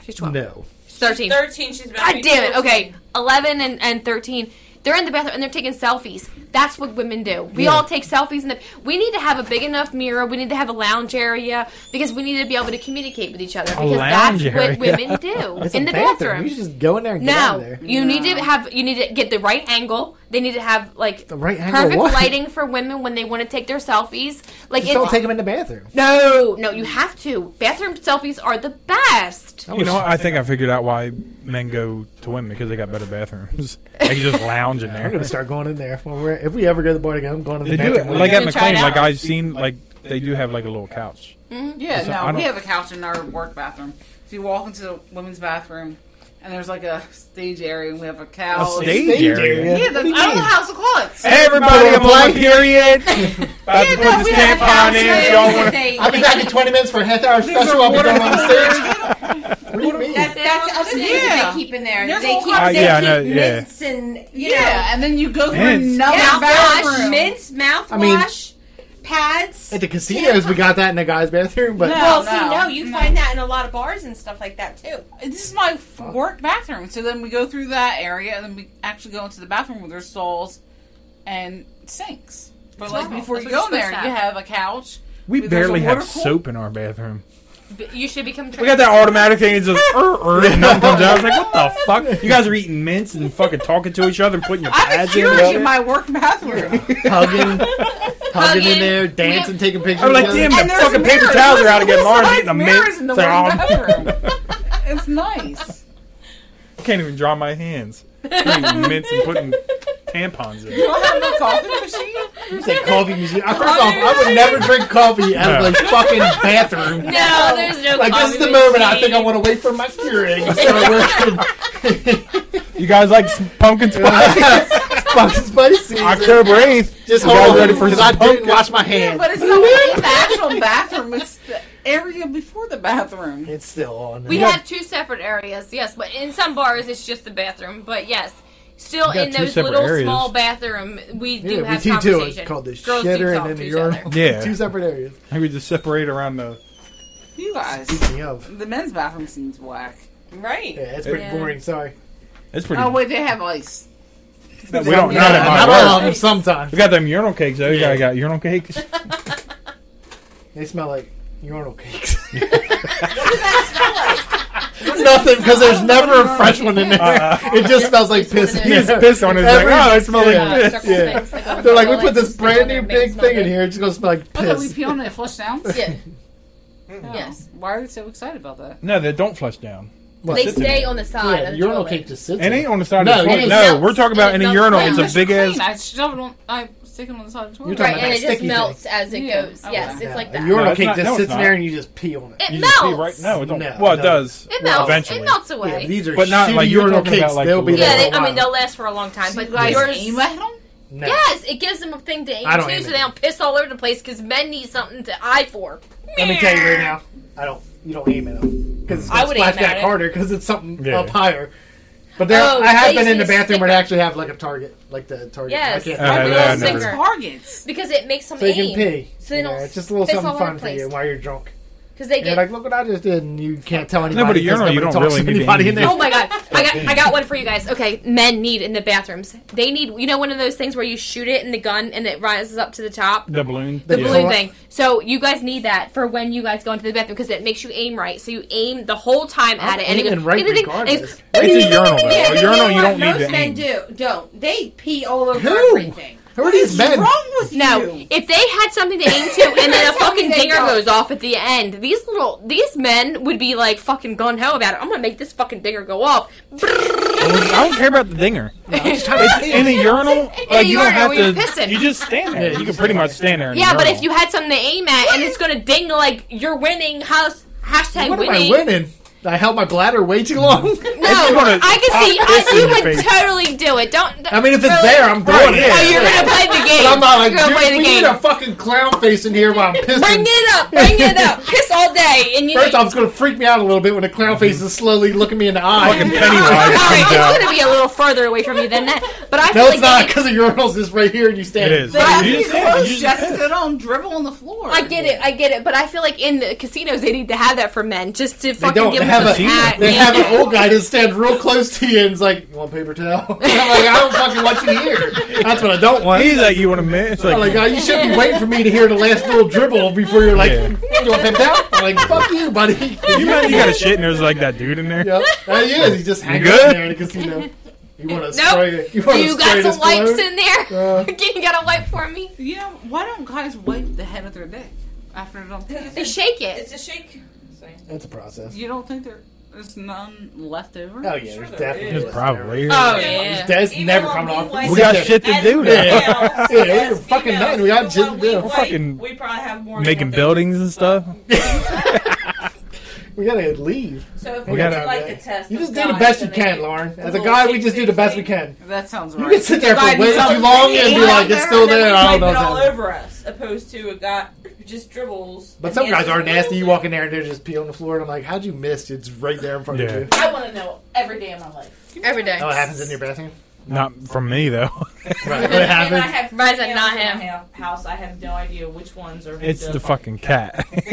B: She's twelve.
E: No.
B: She's thirteen.
F: Thirteen. She's about
B: God damn it. Okay. 11 and, and 13. They're in the bathroom and they're taking selfies. That's what women do. We all take selfies. In the, we need to have a big enough mirror. We need to have a lounge area because we need to be able to communicate with each other because that's
D: lounge area.
B: what
E: [laughs]
B: women do
E: It's
B: in
E: a
B: the bathroom.
E: You should just go in there and get out
B: No,
E: of there.
B: you need to have you need to get the right angle. They need to have like
E: The right angle.
B: perfect
E: what?
B: lighting for women when they want to take their selfies. Like
E: Just don't take them in the bathroom.
B: no, no, you have to. Bathroom selfies are the
E: Oh.
B: best.
D: You know what? I think I figured out why men go to women because they got better bathrooms. [laughs] they can just lounge in
E: I'm
D: there.
E: gonna start going in there. When we're, if we ever go to the bar again, I'm going to
D: They
E: the
D: do it
E: bathroom.
D: like
F: You're
D: at
F: gonna try it
D: McLean. Like
F: out?
D: I've seen, like they do have like a little couch.
A: Yeah,
D: So I
A: no, we
D: don't-
A: have a couch in our work bathroom. So you walk into the women's bathroom, and there's like a stage area, and we have a couch.
D: stage area?
A: Yeah, that's, I don't know how else to call it.
D: Everybody, I'm on period. [laughs] About to
A: Yeah, no,
D: put
A: we
D: this
A: have a
D: tampon
A: couch
D: in.
A: there.
D: Y'all want to?
E: I'll be back in 20 minutes for a half hour special. I'll be going on the stage. what do you mean?
F: That's, that's the other thing
A: Yeah.
F: that they keep in there.
A: There's
F: they
A: all
F: keep,
A: kinds-
F: they
D: Uh, Yeah, I
F: keep
D: know, yeah.
F: mints and you
A: Yeah,
F: know,
A: and then you go through
D: Mints.
A: another
B: Yeah,
A: bathroom.
F: mints, mouthwash,
E: mean-
F: pads.
E: At the casinos, we got that in the guys' bathroom, but
A: No.
F: well, see, no, you find that in a lot of bars and stuff like that too.
A: This is my f- work bathroom. So then we go through that area, and then we actually go into the bathroom where there's stalls and sinks. But like
B: normal.
A: before
B: That's
A: you
B: what
A: go
B: you're
A: in there,
B: supposed to
A: you have a couch.
D: We
A: There's a
D: barely have
A: water cool-
D: soap in our bathroom.
B: You should become.
D: We got that automatic thing. It's just
A: [laughs]
D: er, er, and nothing comes out. I was like, what the fuck? You guys are eating mints and fucking talking to each other and putting your
A: I'm a
D: pads in. and
A: curate in
D: shit.
A: my work
D: [laughs]
A: bathroom.
E: hugging, hugging in
B: Hugging.
E: there, dancing, taking pictures.
D: I'm like,
E: together.
D: damn, the
A: there's
D: fucking paper
A: mirrors.
D: towels are out
A: There's
D: again. Lauren's
A: live
D: eating a
A: mirrors
D: mint.
A: in the
D: It's like,
A: women's
D: oh,
A: bathroom. it's nice.
D: I [laughs] can't even dry my hands. Eating mints and putting tampons in.
A: don't have no coffee machine.
E: You say coffee music. Uh, First off, I would never drink coffee out of a fucking bathroom.
B: No, there's no.
E: Like this is the
B: coffee
E: moment I
B: machine.
E: think I want to wait for my Keurig to start [laughs] working.
D: You guys like some pumpkin spice?
E: It's fucking spicy.
D: [laughs] October 8th.
E: Just
D: You
E: hold
D: guys
E: on,
D: ready for
E: because
D: some
E: I didn't
D: pumpkin?
E: wash my hands.
A: But it's not the actual bathroom. It's the area before the bathroom.
E: It's still on.
B: We
E: You
B: have two separate areas, yes, but in some bars it's just the bathroom. But yes, still
D: got
B: in
D: two
B: those
D: separate
B: little
D: areas.
B: small bathroom, we do
E: yeah,
B: have
E: we do too.
B: conversation.
E: It's called the
B: Girls do
E: shitter
B: talk
E: and then
B: to
E: the
B: each
E: urinal.
B: other.
D: Yeah.
E: Two separate areas.
D: I would just separate around the.
A: You guys,
E: Speaking of,
A: the men's bathroom seems whack.
F: Right.
E: yeah, it's pretty
B: Yeah.
E: boring. Sorry.
D: It's pretty.
A: Oh wait, they have ice.
D: we don't.
A: Yeah,
D: Not at
E: Not
D: my
E: all
D: work.
E: of them. Sometimes
D: We got them urinal cakes though.
E: Yeah.
D: Yeah, I got
B: [laughs]
D: urinal cakes.
E: they smell like urinal
D: [laughs]
E: cakes.
F: That's
E: Nothing, because there's never a fresh one in there. it just smells like piss.
D: He just pissed Uh-uh. on it. He's
E: Every-
D: like, oh, it smells
E: Yeah.
D: like piss.
B: Uh, Circle
E: [laughs] Yeah.
B: things, like,
E: They're like, we
B: like,
E: put this
B: just
E: brand
B: stick
E: new
B: on their
E: big
B: man's
E: thing in
B: mouth.
E: here. It's gonna smell like
A: I thought we
E: piss.
A: pee on it, flush
D: [laughs]
A: down.
B: Yeah.
E: [laughs]
A: Oh.
B: Yes.
A: Why are they so excited about that?
D: No, they don't flush down.
E: What?
B: They stay on the side.
E: Yeah,
B: of the
E: urinal
B: toilet.
E: cake just sits.
D: It
E: there.
D: ain't on the side
E: No,
D: of the
E: it
D: toilet.
E: ain't.
D: No,
B: Smells.
D: we're talking about in a
B: It
D: urinal.
B: smells
D: Oh, It's a
A: Mr.
D: big
A: Clean,
D: ass.
A: I shove it on. I stick it on the side of the toilet.
E: You're talking
B: Right,
E: about
B: and
E: that
B: it just
E: sticky thing.
B: melts as it
A: Yeah.
B: goes. Yes,
A: Okay.
B: it's like
E: A
B: that.
E: urinal
D: No, it's
E: cake
D: not-
E: just
D: no,
E: sits
D: it's
E: in there
D: not.
E: and you just pee on it.
B: It
D: You just pee
B: melts.
D: right? No, it don't.
E: No,
D: well,
E: it
D: it does.
B: It melts.
D: Eventually.
B: It melts away.
E: Yeah, these are
D: But not
E: shitty
D: like you were
E: urinal
D: talking about,
E: cakes.
D: like,
E: They'll be
D: the
B: Yeah,
E: there.
B: they,
E: for
B: I
E: a
B: mean
E: while.
B: they'll last for a long time, but
A: Guys,
B: like yours.
A: aim at them.
E: No.
B: Yes, it gives them a thing to aim
E: I don't
B: to,
E: aim
B: so
E: at
B: they
E: them.
B: don't piss all over the place. Because men need something to eye for.
E: Let me tell you right now, I don't. You don't aim at them because
B: I would aim
E: splash
B: at
E: back
B: it.
E: harder because it's something
D: Yeah.
E: up higher. But there,
B: Oh,
E: I have
B: they
E: been in the
B: used to
E: bathroom
B: stick
E: where they
B: them.
E: actually have like a target, like the target.
B: Yes.
E: I can't-
D: Uh,
B: I
D: no,
B: would
D: I
B: love
D: never-
B: six
A: Targets.
B: because it makes them
E: So you
B: aim.
E: can pee.
B: So they
E: You know,
B: don't
E: it's just a little
B: piss all
E: something
B: over
E: fun
B: the
E: for
B: place.
E: you while you're drunk.
B: Because they
E: And you're
B: get.
E: like, look what I just did, and you can't tell anybody.
D: No, but a
E: 'cause
D: urinal,
E: nobody
D: you don't
E: talks
D: really
E: to
D: need to
E: anybody
D: aim.
E: in there.
B: [laughs] oh my god! I got I got one for you guys. Okay, men need in the bathrooms. They need you know one of those things where you shoot it in the gun and it rises up to the top.
D: The balloon.
E: The
B: The
E: Yeah.
B: balloon
E: So-
B: thing. So you guys need that for when you guys go into the bathroom because it makes you aim right. So you aim the whole time at it and it
E: aiming
B: goes,
E: right
B: and it-
E: regardless.
B: and
D: It's a urinal though.
F: Yeah,
D: a
F: but
D: urinal,
F: know
D: you
F: what?
D: don't need
F: Most
D: to
F: men
D: aim.
F: do don't. They pee all over
E: Who?
F: everything.
E: Who are these men?
A: wrong with
B: No,
A: you?
B: if they had something to aim to, and
F: [laughs]
B: then a fucking
F: they
B: dinger
F: don't.
B: goes off at the end, these little these men would be like fucking gun ho about it. I'm gonna make this fucking dinger go off.
D: I don't- I don't care about
B: [laughs]
D: the dinger. It's in a urinal. Like you
B: urinal
D: don't have
B: where you're
D: to.
B: pissing.
D: You just stand there. You can pretty much stand there. in a
B: yeah, but
D: urinal.
B: if you had something to aim at, and it's gonna ding like you're winning, house hashtag
E: What am I
B: winning.
E: winning? I held my bladder way
B: [laughs]
E: too long.
B: No,
D: It's gonna
B: I can see.
D: pop
B: I,
D: piss in
B: you
D: your
B: would
D: face.
B: totally do it. Don't.
E: I mean, if it's
B: really.
E: there, I'm
D: Right,
E: going in.
D: yeah.
B: Oh, you're gonna play the game.
E: But I'm not like,
B: you're gonna
E: dude,
B: play the
E: we
B: game.
E: need a fucking clown face in here while I'm pissing.
B: Bring it up. Bring it up.
E: [laughs]
B: Piss all day, and you.
E: First off, it's gonna freak me out a little bit when the clown face is slowly looking me in the
D: fucking
E: eye.
D: Pennywise
B: [laughs] All right,
D: comes
B: it's
D: out.
B: gonna be a little further away from you than that. But I feel
E: No,
B: like
E: it's not
B: they
E: because the urinals is right here and you stand.
D: It is.
B: They have to [laughs]
D: You just
B: be
D: stand. You just
A: Jessica,
D: piss.
A: don't dribble on the floor.
B: I get it, I get it, but I feel like in the casinos they need to have that for men just to
E: They
B: fucking
E: don't.
B: give
E: They
B: them
E: have,
B: some
E: a,
B: at.
E: they have an old guy that stands real close to you and is like, "You want paper towel?" [laughs] I'm like, "I don't fucking want you here." That's what I don't want.
D: He's like, you want a minute? It's
E: I'm like,
D: like,
E: "Oh, you should be waiting for me to hear the last little dribble before you're like,
D: Yeah.
E: "You want paper towel?" I'm like, "Fuck you, buddy."
D: you imagine you got a shit and there's like that dude in there.
E: Yep. That he is. He just hangs
D: good?
E: out there in the casino. You want to spray it? You want
B: Do
E: to
B: you
E: spray
B: got
E: this
B: some wipes
E: cologne?
B: in there? [laughs]
E: Uh.
B: you got a wipe for me?
A: You know, why don't guys wipe the head of their dick after they're done
B: They
A: pissing?
B: shake it.
F: It's a shake.
E: That's a process.
A: You don't think there- there's none left over?
E: Oh yeah, there's definitely.
D: There's
E: less
D: probably.
B: Oh
F: yeah.
B: yeah.
E: That's
F: Even
E: never
F: on
E: coming
F: blue
E: off.
F: lights,
D: We got
E: Yeah.
D: shit to
F: as
D: do now.
F: females,
E: Yeah,
F: as
E: there's fucking
F: females,
E: nothing. We got
F: even
E: shit to
F: when
E: do.
F: we
E: We're
F: white,
D: fucking
F: We probably have more. than
D: Making
F: one
D: buildings and stuff.
E: We gotta leave.
F: thing. So if
D: We
F: we,
D: gotta-
F: do like the test,
E: You
F: of
E: just do the
F: guys
E: best you
F: and
E: can,
F: they-
E: Lauren. As a
F: little
E: guy, we
F: shake,
E: just do
F: shake,
E: the best we
F: shake.
E: can.
A: That sounds
E: You
A: right.
E: can sit there for
A: Guiding
E: way too
A: something.
E: long and be
F: Yeah,
E: like, it's
F: they're-
E: still
F: they're
E: there. I don't know.
F: wiping
E: what's
F: all
E: happening.
F: over us, opposed to a guy who just dribbles.
E: But
F: and
E: some
F: he has
E: guys are
F: his
E: nasty. You
F: little
E: walk in there and they're just pee on the floor, and I'm like, how'd you miss? It's right there in front
D: Yeah.
E: of you.
F: thing. I want to know every day of my life.
B: Every day.
E: Oh, it happens in your bathroom.
D: Not from me though. [laughs]
E: Right,
F: And
E: it
F: I
E: happens.
F: have
B: Why is that
F: females
B: not
F: in
B: him?
F: my hou- house. I have no idea which ones are.
D: It's the fucking cat. [laughs]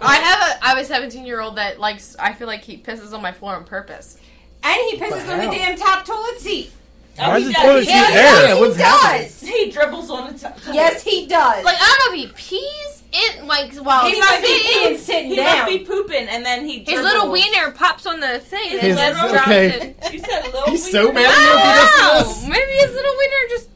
B: I have a I have a seventeen year old that likes I feel like he pisses on my floor on purpose.
F: And he pisses
E: But
F: on the
E: how?
F: damn top toilet seat.
D: Why is
F: he
D: the
F: does.
D: toilet
F: He
D: seat
F: does.
D: there?
E: Yeah, what's happening?
F: Yes, [laughs] he does. He dribbles on the top. Yes, he does.
B: Like I don't know if he pees in like while
F: he must be
B: sitting.
F: peeing sitting
B: He
F: down.
B: must
F: be pooping, and then he
B: His little wiener pops on the thing and
E: His-
B: then drops
E: okay.
B: it.
F: You said little
E: He's so mad
B: I
E: at you if he
B: don't
E: does
B: know. Oh, Maybe his little wiener just.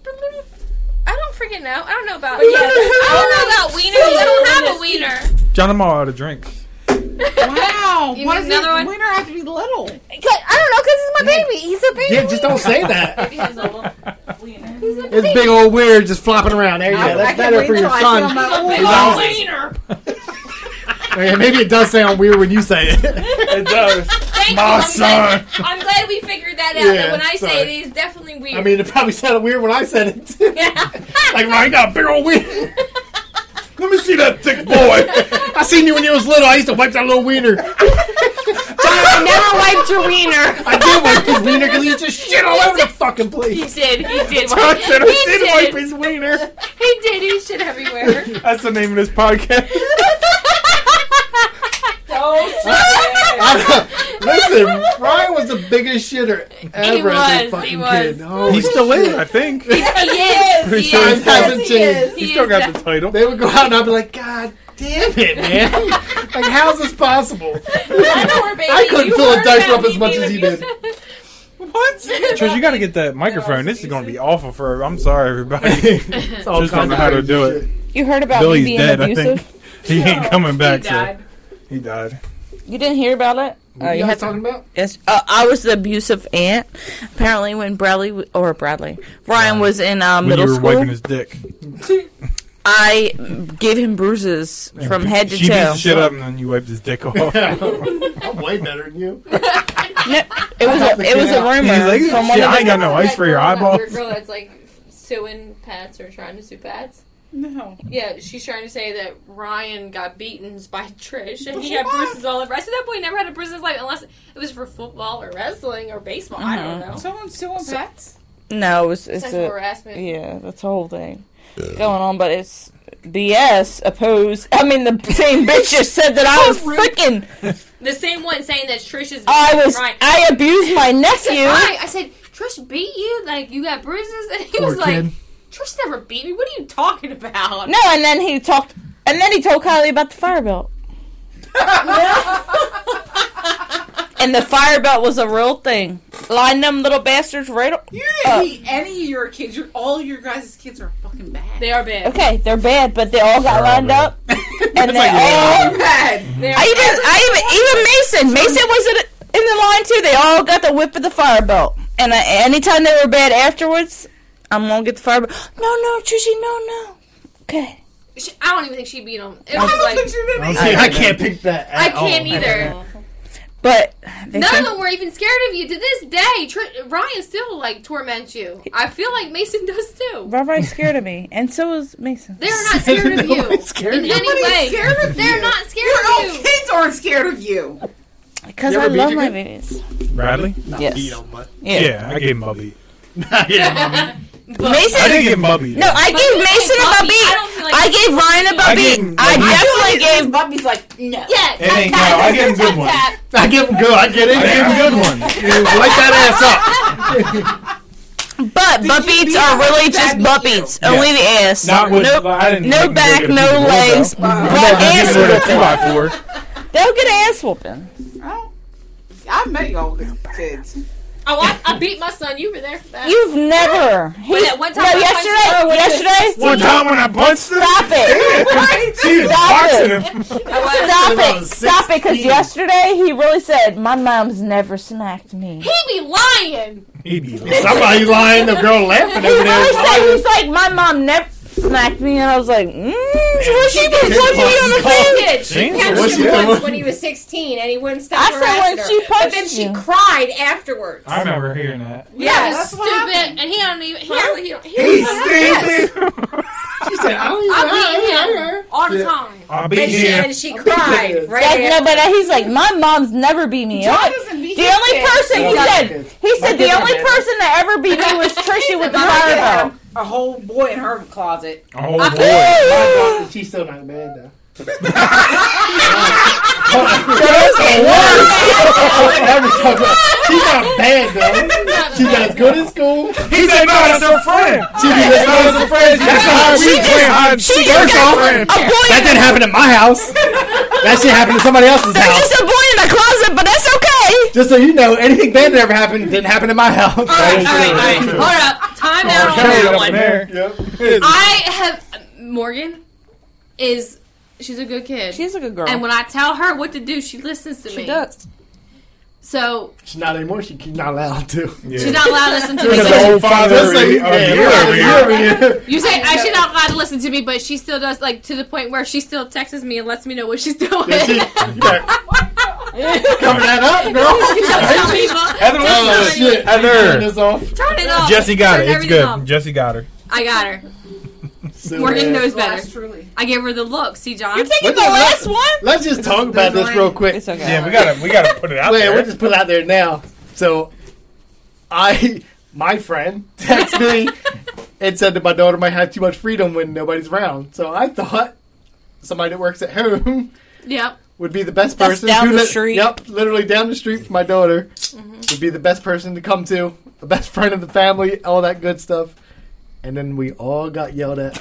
B: I don't freaking know. I don't know about.
F: We don't know
B: I don't know about wieners. I don't have a
F: Wiener
B: wiener.
D: John, I'm all out of drinks.
A: Wow.
B: You
A: why does
B: need another
A: another
B: one?
A: winner have to be little?
B: I don't know because he's my baby. He's a baby.
E: Yeah, just don't say that.
F: [laughs] He has a little wiener.
B: He's a
E: It's big old weird just flopping around. There you
A: I-
E: go.
A: I
E: That's
A: can't
E: better
A: wait
E: for your
A: till I see
E: son.
A: him at
E: He's
B: Oh,
A: Walmart.
E: always-
F: wiener.
E: Yeah, maybe it does sound weird when you say it. [laughs]
D: It does.
B: Thank
D: My
B: you. I'm,
D: son.
B: Glad, I'm glad we figured that out.
E: Yeah,
B: that when I
E: sorry.
B: say it, it's definitely weird.
E: I mean, it probably sounded weird when I said it. too. like, Ryan got a big old wiener.
D: Let me see that thick boy.
E: [laughs] I seen you when you was little. I used to wipe that little wiener. [laughs]
B: I never wiped your
F: [laughs]
B: wiener.
E: I did wipe his wiener because he just shit all over the fucking
B: He
E: place.
B: did. He
D: [laughs]
B: did.
D: [laughs] I
B: wipe-
D: said I
B: He
D: did wipe
B: did.
D: his wiener.
B: [laughs] He did. He shit everywhere.
D: That's the name of this podcast.
F: Don't you dare.
E: Listen, Ryan was the biggest shitter ever as a
B: was,
E: fucking
B: he was.
E: kid. Holy
D: He still
E: shit.
D: is, I
B: [laughs]
D: think.
B: [laughs] he is.
D: Pretty
B: He
D: sure
E: Times
B: is.
D: he's still-
E: hasn't changed.
D: He
B: He
D: still
B: is
D: got the title.
E: They would go out and I'd be like, God damn it, man. like, how's this
B: [laughs]
E: possible?
F: I know her, baby.
E: I couldn't
F: You
E: fill a
F: heard
E: diaper
F: about
E: up as
F: me
E: much
F: being
E: as he
F: abusive.
E: did.
D: Trish, you got to get that microphone. This is going to be awful for. I'm sorry, everybody.
E: It's all
D: Just don't know how to
E: kinds
D: do
E: of
D: it.
E: shit.
C: You heard about me
D: Billy's
C: being
D: dead.
C: abusive?
D: I think [laughs] he ain't coming back.
F: He
D: so-
F: died.
D: He died.
C: You didn't hear about it?
B: Oh,
D: Uh,
E: What you guys talking about?
C: Yes. Uh, I was the abusive aunt. Apparently, when Bradley w- or Bradley Ryan was in uh,
D: When
C: middle
D: you were
C: school,
D: wiping his dick.
C: I gave him bruises from head to
D: she beat the
C: toe.
D: shit up and then you wiped his dick [laughs] off.
E: [laughs] I'm way better than you.
C: No, it was a, it was a rumor.
D: He's like,
C: from one
D: "Shit,
C: of
D: I
C: the-
D: ain't got no ice for your eyeballs.
G: That weird girl that's like suing pets or trying to sue pets.
A: No.
G: Yeah, she's trying to say that Ryan got beaten by [laughs] Trish and he had bruises all over. I said that boy never had a bruise in his life unless it was for football or wrestling or baseball. I don't know.
A: Someone's stealing pets?
C: no, it was, Uh-huh. it's
G: Sexual
C: a,
G: harassment.
C: yeah, that's the whole thing going on. But it's BS. Opposed. I mean, the same bitch just said that I was freaking.
G: The same one saying that Trish is.
C: I was.
G: Ryan.
C: I abused my nephew.
G: Right. I said, Trish beat you? Like, you got bruises? [laughs] And he was
E: Poor
G: like,
E: kid.
G: Trish never beat me. What are you talking about?
C: No, and then he talked. And then he told Kylie about the fire belt. and the fire belt was a real thing. Line them little bastards right up.
A: You
E: Uh,
A: didn't hate any of your kids. Your, all your guys' kids are fucking bad.
B: They are bad.
C: Okay, they're bad, but they all got
D: They're all
C: lined
D: bad. [laughs]
C: up, and they all.
B: Oh,
A: all bad.
B: They are
C: I even, I even, even Mason. Mason was in, in the line too. They all got the whip of the fire belt, and I, anytime they were bad afterwards, I'm gonna get the fire belt. No, no, Trishy, no, no. Okay.
B: She, I don't even think she beat him. It
A: I
B: was
A: don't
B: like
A: think Oh, she did
D: I'm
A: anything.
D: saying
E: I can't pick that.
B: I
E: At
B: can't
E: all.
B: either.
C: But they
B: None
C: think-
B: of them were even scared of you to this day. Tr- Ryan still like torments you. I feel like Mason does too.
C: Rari's scared of me, and so is Mason.
B: They're not
E: [laughs]
B: scared of you
E: Nobody's scared
B: in
E: of you.
B: any
A: Nobody's
B: way.
A: scared of
B: They're
A: you.
B: not scared
A: Your own
B: of you.
A: kids aren't scared of you.
C: Because
E: You
C: I
E: ever beat
C: love
E: your
C: my
E: kid?
C: babies.
D: Bradley?
E: Not
C: Yes.
E: beat 'em, but [laughs]
D: Yeah. I gave him a beat.
B: [laughs]
E: yeah,
D: I
C: Mason.
D: didn't give him a beat.
C: No, I
B: But
C: gave
B: you gave
C: Mason a
B: Bubby-
C: beat.
B: I don't feel like
C: I
B: you
C: gave
B: gave
C: Ryan a
B: Bubby.
D: I
C: beat.
D: didn't-
C: I
D: I
C: definitely gave.
A: Bubby's like, no.
B: Yeah,
D: It ain't-
B: tap,
D: no, I
B: tap,
D: give him
B: tap,
D: good ones.
B: tap.
E: I give him good. I get in.
D: I
E: there.
D: gave him a good
C: [laughs]
D: one.
E: You light that ass up.
C: But butt
A: you
C: beats
A: beat
C: are
A: him?
C: really
A: Did
C: just
A: you
C: butt
A: beat him?
C: beats. Only the ass.
D: Not with,
C: Nope.
D: I didn't
C: No
D: make
C: back,
D: a good
C: no
D: beat, though.
C: legs. But
D: I'm
C: ass
D: giving it a two
C: whooping.
D: by four.
C: They'll get an ass whooping.
A: Oh, I met y'all kids.
B: Oh, I, I beat my son. You were there for that.
C: You've never. He's,
B: at one time
C: no,
B: I punched her
C: yesterday.
B: with
D: [laughs]
C: Yesterday.
D: One time when I punched him,
C: Stop it.
D: [laughs] she was
C: Stop
D: boxing
C: it.
D: him.
C: Stop
E: I
C: it.
E: was
C: Stop it. Because
E: 16.
C: yesterday he really said, "My mom's never smacked me."
B: he be lying.
D: He beat him.
E: Somebody lying. The girl laughing
C: He
E: over there.
C: really said he's like, my mom never smacked me, and I was like, mm, what she did
E: Kid
C: punch me on the
E: punched.
C: face.
B: Did she
D: Damn,
B: punched
E: what's
B: him
E: he doing?
B: once when he was sixteen, and he wouldn't
C: I
B: stop
C: said
B: harassing
C: when
B: her.
C: she
B: but
C: punched
B: then she
C: you.
B: cried afterwards.
D: I remember hearing that.
B: yeah,
A: that's what
B: stupid.
A: happened.
B: And he don't even. He don't. He don't. He
E: He's
B: don't
E: stupid. She said, "Oh, "I don't even
B: I beat him all the
E: Yeah.
B: time.
D: I
F: And
D: beat
F: she,
D: him.
F: and she cried right
C: Like, no,
F: after.
C: but he's like, my mom's never beat me
A: John
C: up.
A: doesn't beat
C: The
A: his
C: only
A: kids.
C: person he
E: Yeah.
C: said, he
E: My
C: said the
E: kids are
C: only
E: bad.
C: person that ever beat me was Trisha with the
A: I had
C: fire
A: a whole boy in her closet.
D: Oh boy.
C: belt.
E: She's still not bad though.
C: That's the worst.
E: She's not bad though. She's as good as school.
D: He said, "No, that's her friend.
E: She be as good as
D: That's her friend. That's how
E: She
D: we
E: just-
D: played.
E: she
D: She
E: just
D: first
E: got
D: friend.
C: [laughs] A boy,
E: That didn't happen at my house. That shit happened at somebody else's
C: there's
E: house.
C: just a boy in the closet, but that's okay.
E: Just so you know, anything bad that ever happened didn't happen at my house.
B: All right, all right. Hold up. Time out on
D: Carried
B: that
D: up in
B: one.
D: there.
B: I have Morgan is she's a good kid.
C: She's a good girl.
B: and when I tell her what to do, she listens to me. So
E: She's not anymore. She's not allowed to.
B: she's not allowed to
E: [laughs]
B: listen to me.
D: You're
B: So
D: the old father of
E: Just
D: the
E: so you-
D: year
E: yeah,
D: over here.
E: you're over here.
B: you say I should not allowed to listen to me, but she still does. Like to the point where she still texts me and lets me know what she's [laughs] doing.
E: Yeah, she- you [laughs] better- Cover that up, girl.
B: Tell people,
D: Heather,
E: Oh,
D: listen.
E: shit. Turn
D: Heather.
E: this off.
B: Turn it off.
D: Jesse got
B: Turn
D: it. It's
B: everything
D: good.
B: off.
D: Jesse got her.
B: I got her.
E: So
B: Morgan
E: bad.
B: knows better.
A: That's truly.
B: I gave her the look. See, John.
C: You're taking
E: What
C: the
E: the-
C: last one?
E: Let's just talk about this real quick.
C: It's okay.
D: Yeah, we gotta we gotta put it out
E: Wait,
D: there.
E: we'll just put it out there now. So, I, my friend, texted me and said that my daughter might have too much freedom when nobody's around. So I thought somebody that works at home [laughs]
B: Yep.
E: would be the best
C: That's
E: person.
C: down
E: to
C: the
E: li-
C: street.
E: Yep,
C: Mm-hmm.
E: literally down the street from my daughter would be the best person to come to, the best friend of the family, all that good stuff. And then we all got yelled
C: [laughs]
E: at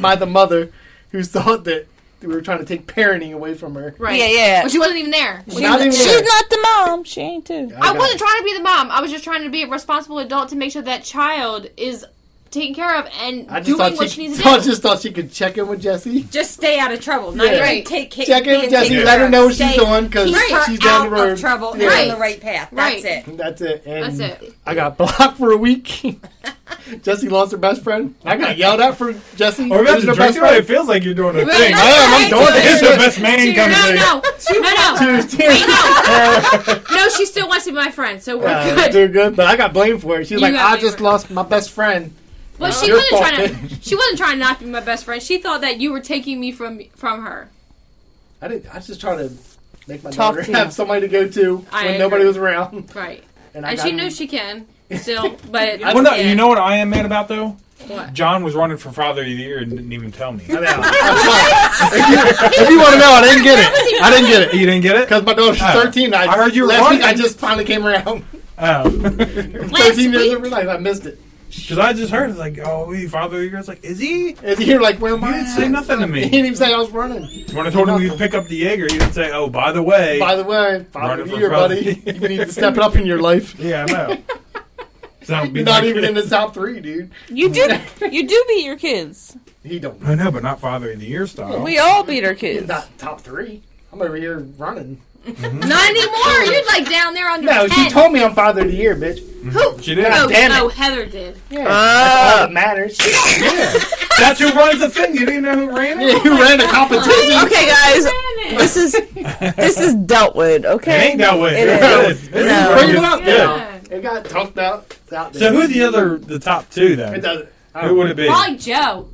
E: [laughs] by the mother, who thought that we were trying to take parenting away from her.
B: Right.
C: Yeah, yeah.
B: But she wasn't even there. She
E: Not even
C: She's
E: there.
C: not the mom. She ain't too.
B: I
E: got-
B: wasn't trying to be the mom. I was just trying to be a responsible adult to make sure that child is taken care of and
E: I just
B: doing
E: thought
B: what
E: she,
B: she needs to
E: [laughs] I
B: do.
E: just thought she could check in with Jesse.
F: Just stay out of trouble. Not
E: Yeah.
F: even
B: Right.
F: take care
E: Check in with Jesse.
D: care
E: Let her
F: of.
E: know what she's
F: Stay-
E: doing because
F: Keep her
E: she's down
F: out
E: the road.
F: of trouble and
B: Right.
F: on the right path.
B: Right.
F: That's it.
E: And That's it. And
B: That's it.
E: I got [laughs] blocked for a week. [laughs] Jesse lost her best friend. I got yelled at for Jesse.
D: Or we got
E: losing
D: to
E: her
D: drink it. It feels like you're doing a
B: Right.
D: thing.
B: Right.
E: I am. I'm doing
D: It's
E: it. [laughs]
D: the best man
B: No,
D: coming
B: no, no, no,
D: in.
E: Cheers, cheers.
B: no.
E: [laughs]
B: No, she still wants to be my friend, so we're
E: Uh,
B: good.
E: doing good, but I got blamed for it. She's
B: You
E: like,
B: got
E: I
B: blamed
E: just
B: for it.
E: lost my best friend.
B: But she
E: Your
B: wasn't
E: fault,
B: trying
E: bitch.
B: to. [laughs] She wasn't trying not to be my best friend. She thought that you were taking me from from her.
E: I didn't. I was just trying to make my
C: Talk
E: daughter
C: to
E: [laughs] have
C: you.
E: somebody to go to
B: I
E: when nobody
B: agree.
E: was around. [laughs]
B: Right.
E: And, I
B: And
E: got,
B: she
E: [laughs]
B: knows she can still, but
E: Well,
D: Well, no,
B: yeah.
D: you know what I am mad about though.
B: What?
D: John was running for father of the year and didn't even tell
B: [laughs]
D: me.
E: I know. if you, want to know, I didn't get it. I didn't get it.
D: You didn't get it?
E: Because my daughter's
D: Oh.
E: 13. I,
D: I heard you were
E: last week.
D: wrong.
E: [laughs] I just finally came around.
D: Oh. [laughs]
E: 13 years
B: week-
E: of her life. I missed it.
D: Because I just heard, like, oh, he father of the year. I was like, is he?
E: And you're like, where am I?
D: You didn't say
E: [laughs]
D: nothing to
E: He
D: me.
E: didn't even say I was running.
D: When I told him you pick up the Jaeger, you didn't say, oh, by the way.
E: By the way, father
D: Running
E: of the
D: for
E: year, buddy.
D: [laughs] president.
E: You need to step it up in your life.
D: [laughs] yeah,
E: [laughs]
D: I know. Sound
E: You're not
D: [laughs]
E: even in the top three, dude.
C: You
F: [laughs]
C: do. you do beat your kids.
E: He don't.
D: I know, but not father of the year style.
C: We all beat our
E: He's
C: kids.
E: not top three. I'm over here running.
G: Not anymore. You're like down there on
E: No,
G: the
E: she told me I'm father of the year, bitch.
G: Who?
D: She did.
B: Oh.
G: No,
E: God damn it.
G: no, Heather did.
E: Yeah,
C: Ah.
E: that's all that matters.
D: That's who runs the thing. You didn't know who ran it?
E: Yeah, [laughs] you ran a competition.
C: Okay, guys, this is this is dealt with.
D: It
C: Okay,
D: ain't that way.
C: It is.
D: This
C: No.
E: Bring it
D: rugged.
E: up.
G: Yeah.
E: Yeah. It got talked about. It's out
D: So
E: there.
D: who the other, the top two then?
E: It doesn't. I don't
D: Who would it be?
G: Probably Joe.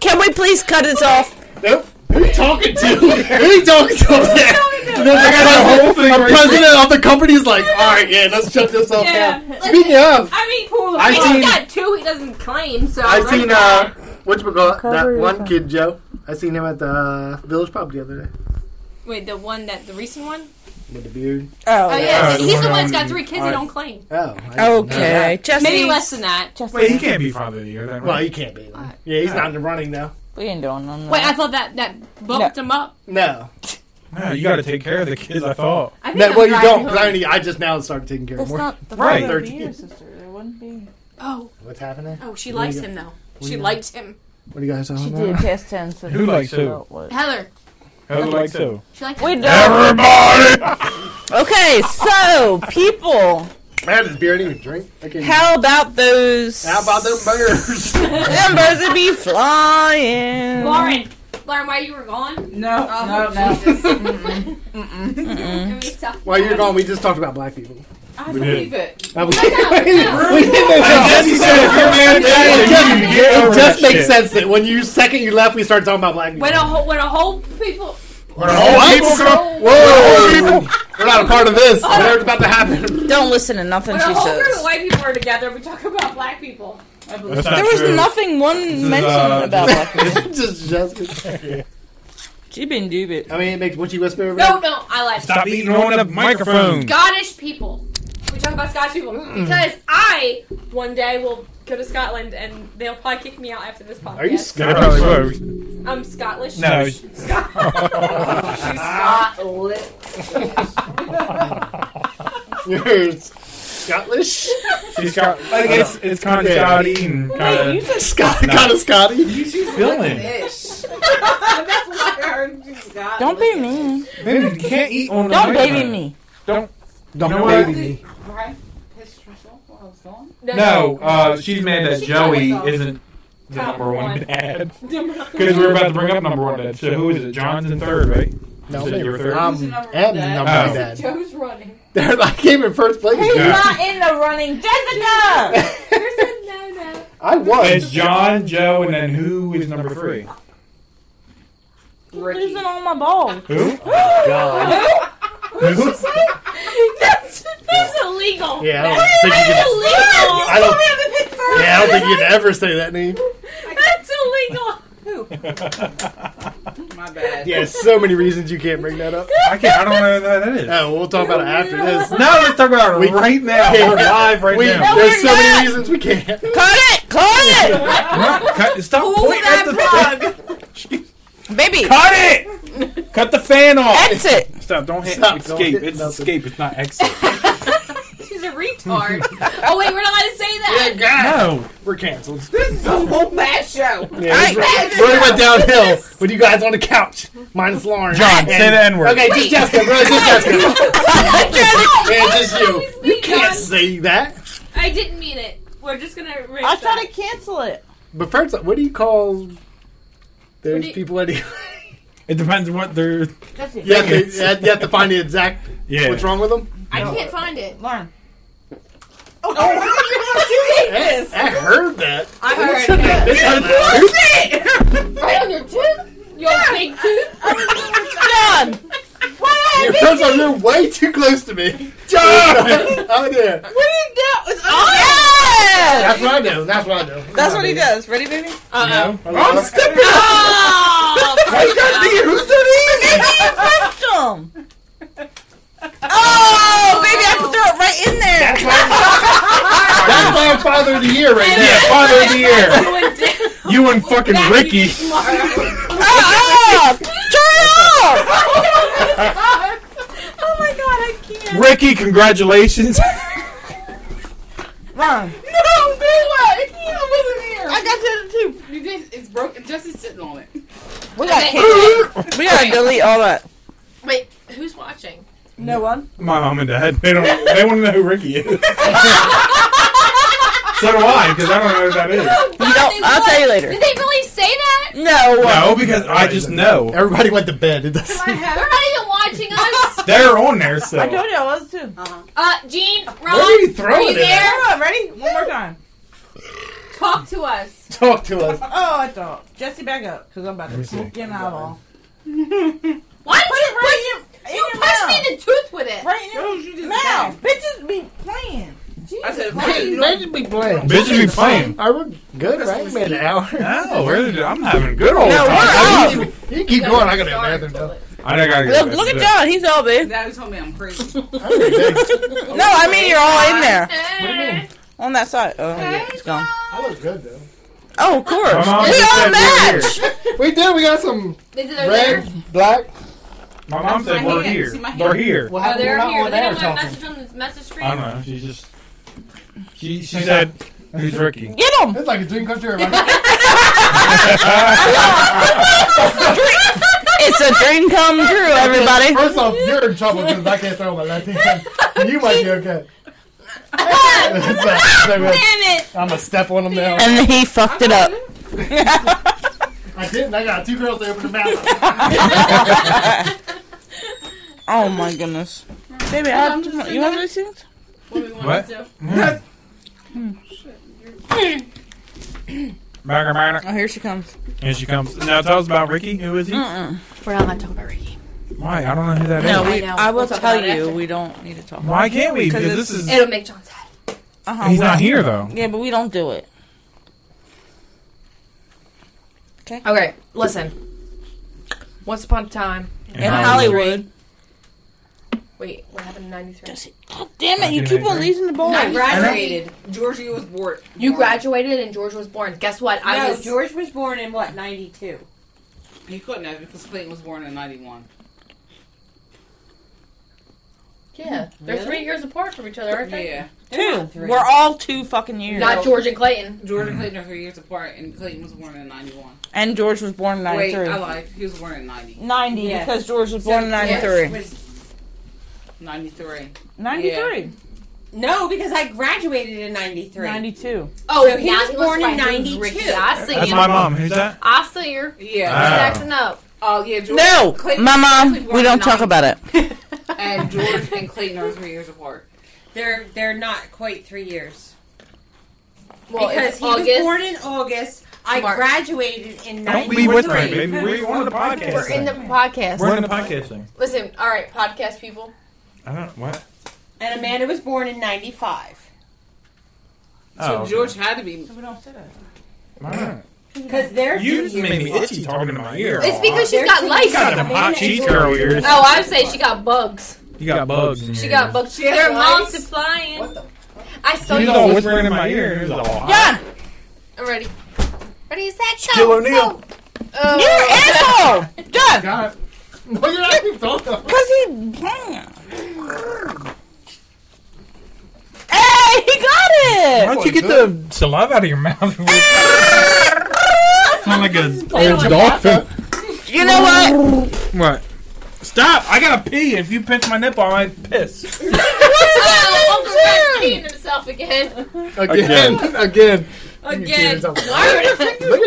C: can we please cut this off?
E: Nope. Who you talking to? Who you talking to? over there? The
D: I got the whole thing right
E: [laughs]
D: here.
E: president of the company is like, all right, yeah, let's shut this off
G: Yeah.
E: down. Speaking of,
H: I mean, cool.
E: I
H: He's
E: seen-
H: got two he doesn't claim, so.
E: I've
H: right
E: seen
H: there.
E: uh, what you call
C: Cover
E: that
C: your
E: one
C: phone.
E: kid Joe. I seen him at the uh, Village Pub the other day
G: Wait, the one that the recent one?
E: with the beard.
C: Oh,
G: Oh
D: yeah.
G: yeah,
D: the
G: he's
D: one
G: the one that's
D: on-
G: got three kids
D: I-
G: he don't claim.
E: Oh, I didn't know
C: Okay,
E: that.
C: Jesse.
G: Maybe less than that.
C: Jesse.
D: Wait, he can't be father of the year then,
E: Well, he
D: right?
E: can't be. then. Yeah, he's not in the running now.
C: We ain't doing none of
G: Wait, I
C: that.
G: thought that that bumped him up.
E: No,
D: No, you got to take care of the kids, I thought.
F: I think
E: no
F: I'm
E: well, you
F: driving
E: don't. 'cause
F: home.
E: I, only, I just now started taking care of
C: That's
E: more.
C: not the
D: Right.
C: father of the
E: 13.
C: year, sister. There wouldn't be.
G: Oh,
E: What's happening?
G: oh, she likes him though. She
E: Yeah.
G: likes him.
E: What are you guys
C: She
E: talking
C: did
E: about?
C: past tense.
D: Who likes who?
G: Heather,
D: How would like so?
G: she likes
C: We
G: him.
C: don't.
D: Everybody!
C: Okay, so people,
E: I had this beer. I didn't even drink. I can't-
C: how about those?
E: How about them burgers?
C: Them birds would be flying.
G: Lauren. Lauren, while you were gone,
A: No, no, no.
G: it was tough.
E: [laughs] While you're gone, we just talked about black people.
A: I
D: We
A: believe
D: did.
A: it.
E: That was
G: no.
E: [laughs] we did that.
D: Jesse said if you're mad at
E: It just,
D: Jesse, you get over
E: it just
D: that
E: makes
D: shit.
E: sense that when you second you left, we started talking about black people.
G: When a whole when a whole
B: [laughs]
G: people
D: When all
E: What?
D: people come-
E: Whoa! We're not a part of this. Whatever's about to happen. [laughs]
C: Don't listen to nothing
H: When
C: she
H: a whole group of
C: says.
H: white people are together, we talk about black people.
A: I believe
D: That's
A: it.
D: not
C: There was
D: true.
C: nothing one
D: is,
C: mentioned
D: uh,
C: about Buffy.
E: just Jessica.
C: She been doobit.
E: I mean, it makes what you whisper. over
G: No, no, I lied.
D: Stop eating on the microphone.
G: Scottish people.
H: We talk about Scottish people
D: Mm.
H: because I one day will go to Scotland and they'll probably kick me out after this podcast.
E: Are you
D: Yeah,
E: scared?
D: probably would.
H: I'm Scottish.
D: No. Ah.
E: You're Scottish?
D: She's got, like, it's, it's kind of
E: Yeah.
D: Scotty and kind of
E: Scott, kind of Scotty.
D: feeling.
A: Ish. That's why I heard you got
C: Don't be mean.
D: Baby, you can't eat on the
C: Don't baby
D: microphone.
C: me.
E: Don't
D: You know what?
E: me.
A: Right? Pissed yourself while I was gone?
D: No, uh, she's mad that
H: She
D: Joey
H: always
D: isn't the
H: Top
D: number one
H: one.
D: dad. Because we were about to bring up number one dad. So who is it? John's in third, right?
E: No,
D: Is it your third?
E: I'm
A: Who's the number
E: am
A: one
E: the
A: dad?
E: number
D: Oh.
E: one dad.
H: Joe's running.
E: [laughs] They're- I came in first place. [laughs]
C: He's
D: Yeah.
C: not in the running, Jessica.
H: There's a no no.
E: I
D: Oh, It's
E: was.
A: [laughs]
D: John, Joe, and then who is number three?
A: Ricky.
C: Losing all my [laughs] balls.
D: Who?
E: God.
D: Who? [laughs]
H: That's, that's illegal.
E: Yeah, I don't think you can.
H: Illegal.
E: I don't, yeah, I don't think you can ever say that name.
H: That's illegal.
A: My bad.
E: Yeah, so many reasons you can't bring
A: [laughs]
E: that up.
D: I can't. I don't know who that is.
E: Oh, we'll talk about it after this.
D: Now let's talk about it
E: We
D: right now.
E: can't- [laughs]
D: We're live right
E: We,
D: now.
E: there's so
C: not.
E: many reasons we can't. [laughs]
C: Cut it. Cut
D: No, cut, stop pointing at the plug.
C: it, baby.
D: [laughs] Cut it. Cut the fan off.
C: Exit.
D: Stop! Don't hit
E: Stop, don't
D: escape.
E: hit
D: it's
E: nothing.
D: escape. It's not exit.
G: She's a retard. oh wait, we're not allowed to say that.
D: [laughs] no.
E: We're canceled.
A: whole bad show.
E: [laughs] Yeah,
C: All right.
E: we really went downhill with you guys on the couch, minus Lauren.
D: John,
E: And-
D: say the N word.
E: Okay, just Jessica, bro,
A: [laughs]
E: just Jessica. yeah, just you. You can't say that.
G: I didn't mean it. We're just gonna. erase
C: I
G: that.
C: tried to cancel it.
E: But first, what do you call
G: What
E: those
G: do you-
E: people? That [laughs] you,
D: It depends what they're.
E: you, have to, you have- you have to find the exact
D: Yeah.
E: what's wrong with them.
G: I can't find it.
C: Lauren. [laughs]
E: I, I heard that.
H: I heard
E: Shouldn't have been on that.
G: Right on your tooth. Your big tooth.
C: John.
E: [laughs] Your friends are you're way too close to me. [laughs] John, I'm there.
C: Oh,
E: That's what I do. That's what I do.
C: That's what he does. Ready, baby?
D: No.
E: I'm stepping.
C: Oh,
E: You got to who's that?
C: you punched him. Oh, baby, I threw it right
E: the year right now.
D: Yeah, father of the year.
G: [laughs]
I: Doing
D: You and fucking Ricky.
C: Ah! Turn it off!
I: Oh my god, I can't.
D: Ricky, congratulations.
C: Wrong.
A: No, they what? I wasn't here.
B: I got that too.
A: You did. It's broken. Jesse's sitting on it.
C: We gotta, we gotta delete all that.
B: Wait, who's watching?
F: No one.
D: My mom and dad. They don't. They want to know who Ricky is. so do I, because I don't know who that is.
C: You don't, I'll tell you later.
B: Did they really say that?
C: No.
D: No, because I just know
E: Everybody went to bed. It doesn't.
B: They're not even watching
G: [laughs]
B: us.
D: they're on there. So
F: I told you I was too.
B: uh, Gene, Ron,
D: Where are you
B: are
D: throwing
B: you
D: it?
B: there?
F: Come on, ready? One more time.
I: Talk to us.
E: [laughs] Talk to us.
F: Oh, I thought. Jesse, back up, because I'm about
D: Let me
F: to
D: see.
F: smoke your eyeball.
B: Why did you, put-
F: Right in your,
B: you
F: in your
B: punched
F: mouth.
B: me in the tooth with it?
F: Right in your mouth. Bitches be playing.
A: I said,
E: Imagine be playing.
D: Bitches be playing.
E: Are we good, right? We made an hour.
D: [laughs] No, where did- I'm having a good old
C: No,
D: time.
C: we're out.
E: You can keep going. I gotta go to the bathroom
D: I think I gotta go
C: Look,
D: back
C: look
D: to
C: at
D: bed.
C: John. He's all big.
A: Daddy told me I'm
E: [laughs]
A: crazy.
E: now.
C: No, I mean you're all in there
E: What do you mean?
C: on that side. Oh, yeah, it's gone.
E: I look good though.
C: Oh, of course.
D: My mom
C: We
D: just
C: all
D: said we're
C: match.
D: here.
E: We did. We got some
B: Is it over there?
E: red, black.
D: My mom said
A: My
D: we're
A: hand,
D: here.
A: see my hand?
D: We're here.
E: Well,
B: Oh,
E: we're
B: they're
E: not
B: here.
E: on
B: They
E: air
B: don't have
E: talking.
B: message on the message stream.
D: I don't know. She's just. She she said, "Who's Ricky?"
C: Get him.
E: It's like a dream come true. [laughs] Right?
C: [laughs] It's a dream come true, everybody.
E: First off, you're in trouble because I can't throw my left hand. You might be [laughs] okay. Damn
B: it.
E: I'm gonna step on them now.
C: And he fucked it
B: [laughs]
C: up.
E: I didn't. I got two girls to open the mouth. [laughs]
C: Oh my goodness, baby. I, you want to see this?
D: [laughs] What? Yeah. Bagger, bagger.
C: Oh, here she comes.
D: Here she comes. Now tell us about Ricky. Who is he?
C: Mm-mm.
B: We're not going to talk about Ricky.
D: Why? I don't know who that is.
C: No, we,
B: I know.
C: I will
B: We'll talk
C: tell
B: about it
C: you.
B: after.
C: We don't need to talk.
D: Why can't we?
C: 'Cause
D: Because this
C: it's-
D: is.
B: It'll make John sad.
C: Uh-huh,
D: he's
C: we
D: not
C: don't-
D: here though.
C: Yeah, but we don't do it.
B: Okay, listen. Once upon a time.
D: And
C: In
D: I-
C: Hollywood.
B: Wait, what happened in 93?
C: God damn it! You keep on losing the ball.
I: I graduated.
A: Georgie was bored.
B: You graduated and George was born. Guess what? I
F: No,
B: was.
F: George was born in what, 92?
A: You couldn't have because Clayton was born in '91.
B: Yeah. They're three years apart from each other, aren't they?
A: Yeah,
C: Two. We're all two fucking years.
B: Not George and Clayton.
A: George and Clayton are three years apart, and Clayton was born in '91.
C: and George was born in
A: Wait,
C: '93.
A: I lied. He was born in '90,
C: 90
F: Yeah.
C: because George was born in
F: George
C: 93.
F: was-
A: '93.
C: 93.
F: No, because I graduated in 93.
C: 92.
B: Oh,
F: So he
B: now
F: was
B: he must
F: born in
B: find who's
F: 92.
B: Ricky. I see
D: That's
B: him.
D: my mom. Who's that?
B: I see her.
A: Yeah.
D: Ah. Wow.
B: Jackson up.
A: Oh yeah. George,
C: No!
A: Clayton
C: My
A: was
C: mom,
A: actually born
C: we
A: in
C: don't talk
A: 90,
C: about it.
A: And George and Clayton are three years apart.
F: They're, they're not quite three years.
B: Well,
F: because
B: it's
F: he
B: August.
F: was born in August. I
B: March.
F: graduated in 93.
D: Don't be with me, baby. We're on the podcast.
B: We're in the podcast.
D: We're in the podcast thing.
B: Listen, all right, podcast people.
D: I don't. What?
F: And Amanda was born in 95.
A: So
D: Oh, okay.
A: George had to be.
F: We don't say that.
D: Alright.
F: Because they're
D: You just made me itchy talking to my ear.
B: It's because she's
F: They're
B: got
F: too-
B: lice.
D: got them hot cheese curl ears.
B: Oh, I would say she got bugs.
D: You got bugs. In
B: She got bugs.
A: has
B: Their mom's
A: lice.
B: supplying. I saw
D: You
B: you.
D: know, whispering in my ear. It was all hot.
C: John,
B: I'm ready. Ready, is that
D: Shaquille O'Neal.
B: Oh.
C: you're an asshole! John!
E: God. No, you're not even talking.
C: Because he. Hey, he got
D: Why
C: it!
D: don't you get the saliva out of your mouth? [laughs] Sound like a old dolphin.
C: You know what?
D: What? Stop! I gotta pee. If you pinch my nipple, I might piss.
B: Oh, Uncle Fred's peeing himself
D: [laughs]
B: again.
E: Again, again.
B: Again.
E: Look
D: [laughs]
B: Why are you-
E: at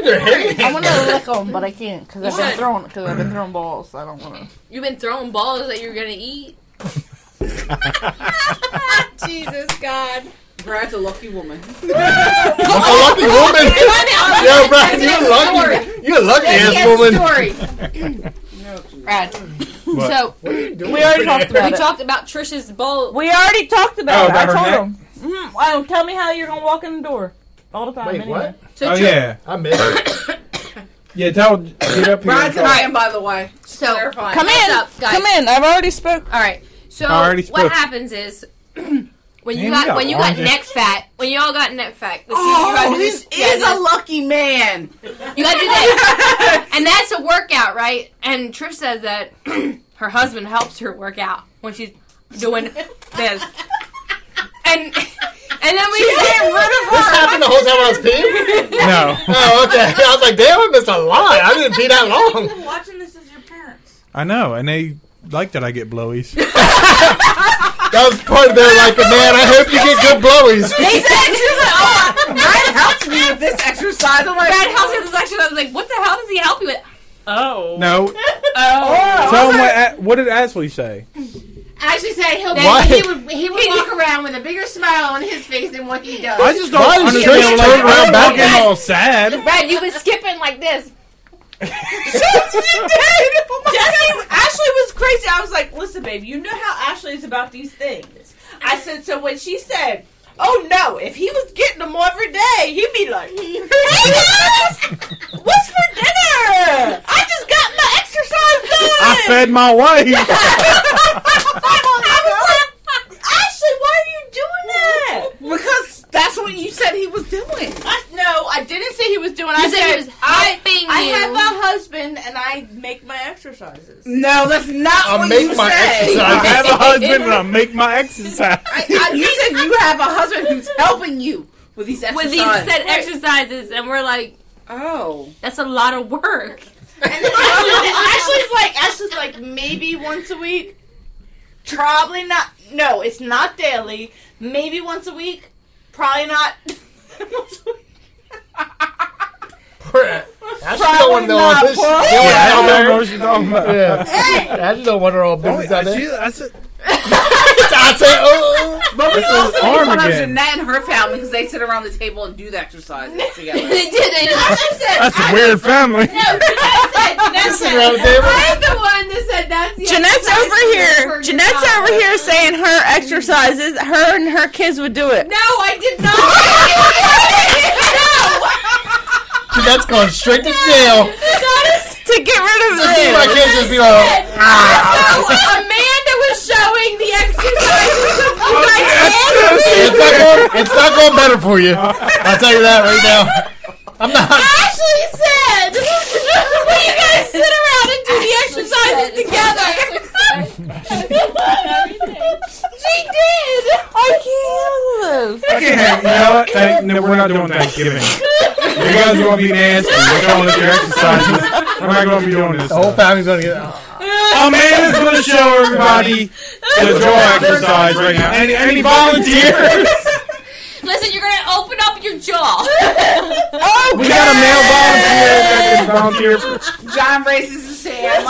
E: their hair.
C: I want to lick him, but I can't because I've
B: should.
C: been throwing because I've been throwing balls. I don't want to.
B: You've been throwing balls that you're gonna eat. Jesus God. [laughs]
A: Brad's a lucky woman.
E: That's a lucky [laughs] woman. Yo, Brad, you're lucky. You're a lucky ass woman.
B: Story.
A: No,
D: [laughs]
B: Brad.
D: What?
B: So
C: We already talked
B: we
C: about it.
B: talked about Trisha's bowl.
C: we already talked about
D: Oh,
C: it. I
D: about her
C: told
D: neck?
C: him.
J: Mm-hmm.
C: Mm, oh, tell me how you're gonna walk in the door all the time.
E: Wait,
C: anyway.
E: what?
B: So,
D: Oh
B: Trisha-
D: yeah,
E: I missed. it.
D: yeah. Tell get up here.
A: Brad's an item, by the way.
B: so
A: Terrifying.
C: Come in,
B: What's up, guys?
C: come in. I've already spoke.
B: All right. So
D: I already
B: what
D: spoke.
B: happens is
G: [clears throat] When
D: Man,
G: you
D: you
G: got,
D: got
G: when you got
D: oranges.
G: neck fat, when you all got neck fat, the senior
A: Oh,
G: rider-
A: this
G: yeah,
A: is
G: this-
A: a lucky man.
G: You gotta do that.
B: [laughs]
G: and that's a workout, right? And Trish says that [clears throat] her husband helps her work out when she's doing this. And and then we get rid of
E: This
G: her.
E: happened the whole time I [laughs] was peeing?
D: [laughs] No,
E: [laughs] Oh, okay. I was like, damn, I missed a lot. I didn't pee that long.
J: Watching this is your parents.
D: I know, and they like that I get [laughs] blowies.
E: That was part of their like, man, I hope you get good blowies.
A: He said, she was like, oh, Brad helped me with this exercise. I'm like,
G: Brad helps her with this section. I was like, what the hell does he help you with?
B: [laughs]
A: oh.
D: No,
A: Oh.
D: tell them
J: [laughs]
D: what, what did Ashley say?
B: Ashley said he'll
E: What?
B: he would he
G: [laughs]
B: would walk around with a bigger smile on his face than what he does.
D: I just
E: Why
D: don't
E: is Trish
D: understand. like,
E: turning around
D: I'm
E: back
D: looking
E: at-
D: all
B: [laughs]
D: sad.
G: Brad, you've been skipping like this.
J: Jesse, Ashley was crazy. I was like, listen, babe, you know how Ashley is about these things. I said, so when she said, oh no, if he was getting them every day, he'd be like, [laughs] hey guys, what's for dinner? I just got my exercise done.
D: I fed my wife.
J: I was like, Ashley, why are you doing that?
A: Because that's what you said he was doing.
J: I, no, I didn't say he was doing. I
G: said he was
J: I,
G: helping
J: I
G: you.
J: have a husband and I make my exercises.
A: No, that's not
E: I
A: what
E: make
A: you
E: my
A: said.
D: I
E: exercise.
D: have a husband, and I make my exercise.
A: I, I, you said you have a husband who's helping you with these
G: With
A: exercises.
G: these said exercises, and we're like,
A: oh.
G: that's a lot of work. [laughs]
J: And then Ashley- Ashley's like, Ashley's like, maybe once a week. Probably not. No, it's not daily. Maybe once a week. Probably not. once a week.
E: Ashley don't want to know all this shit.
D: I
E: Yeah, I
D: don't know
E: don't
D: what she's talking about.
E: Yeah.
D: [laughs]
E: Ashley don't want her all
D: Oh, I,
E: business out there.
D: see- I said,
E: [laughs] I said, oh.
A: But we
D: This is
A: also
D: arm
A: fun of
D: again.
A: Jeanette and her family because they sit around the table and do the exercises together.
G: They did. They did.
J: Ashley said,
D: that's a weird family.
E: Just sitting around the table.
B: I'm the one that said that's the
C: Jeanette's
B: exercise
C: over
B: for
C: here.
B: your
C: Jeanette's
B: child.
C: over here saying her exercises. Her and her kids would do it.
J: [laughs]
B: No, I did not.
C: [laughs]
B: no,
E: [laughs] That's going straight to jail.
C: [laughs] To get rid of
E: I see my
C: this.
E: kids just be like, ah.
B: Amanda was showing the exercises of you
E: It's not, going, it's not going better for you. I'll tell you that right now. I'm not.
B: Ashley said.
C: [laughs]
B: Will you guys sit around and do the exercises together?
C: [laughs]
B: she did.
D: I can't have, you know what? Thank, no, we're not doing Thanksgiving. You guys are going to be nasty. We're going to do your exercises. We're not going to be doing this.
E: The whole
D: stuff.
E: family's going to get. Oh.
D: Amanda's going to show everybody the joy exercise right now. Any,
E: [laughs]
D: any volunteers?
G: Listen, you're gonna open up your
B: [laughs]
G: jaw.
D: We got a male volunteer that is volunteer for
A: John raises his hand.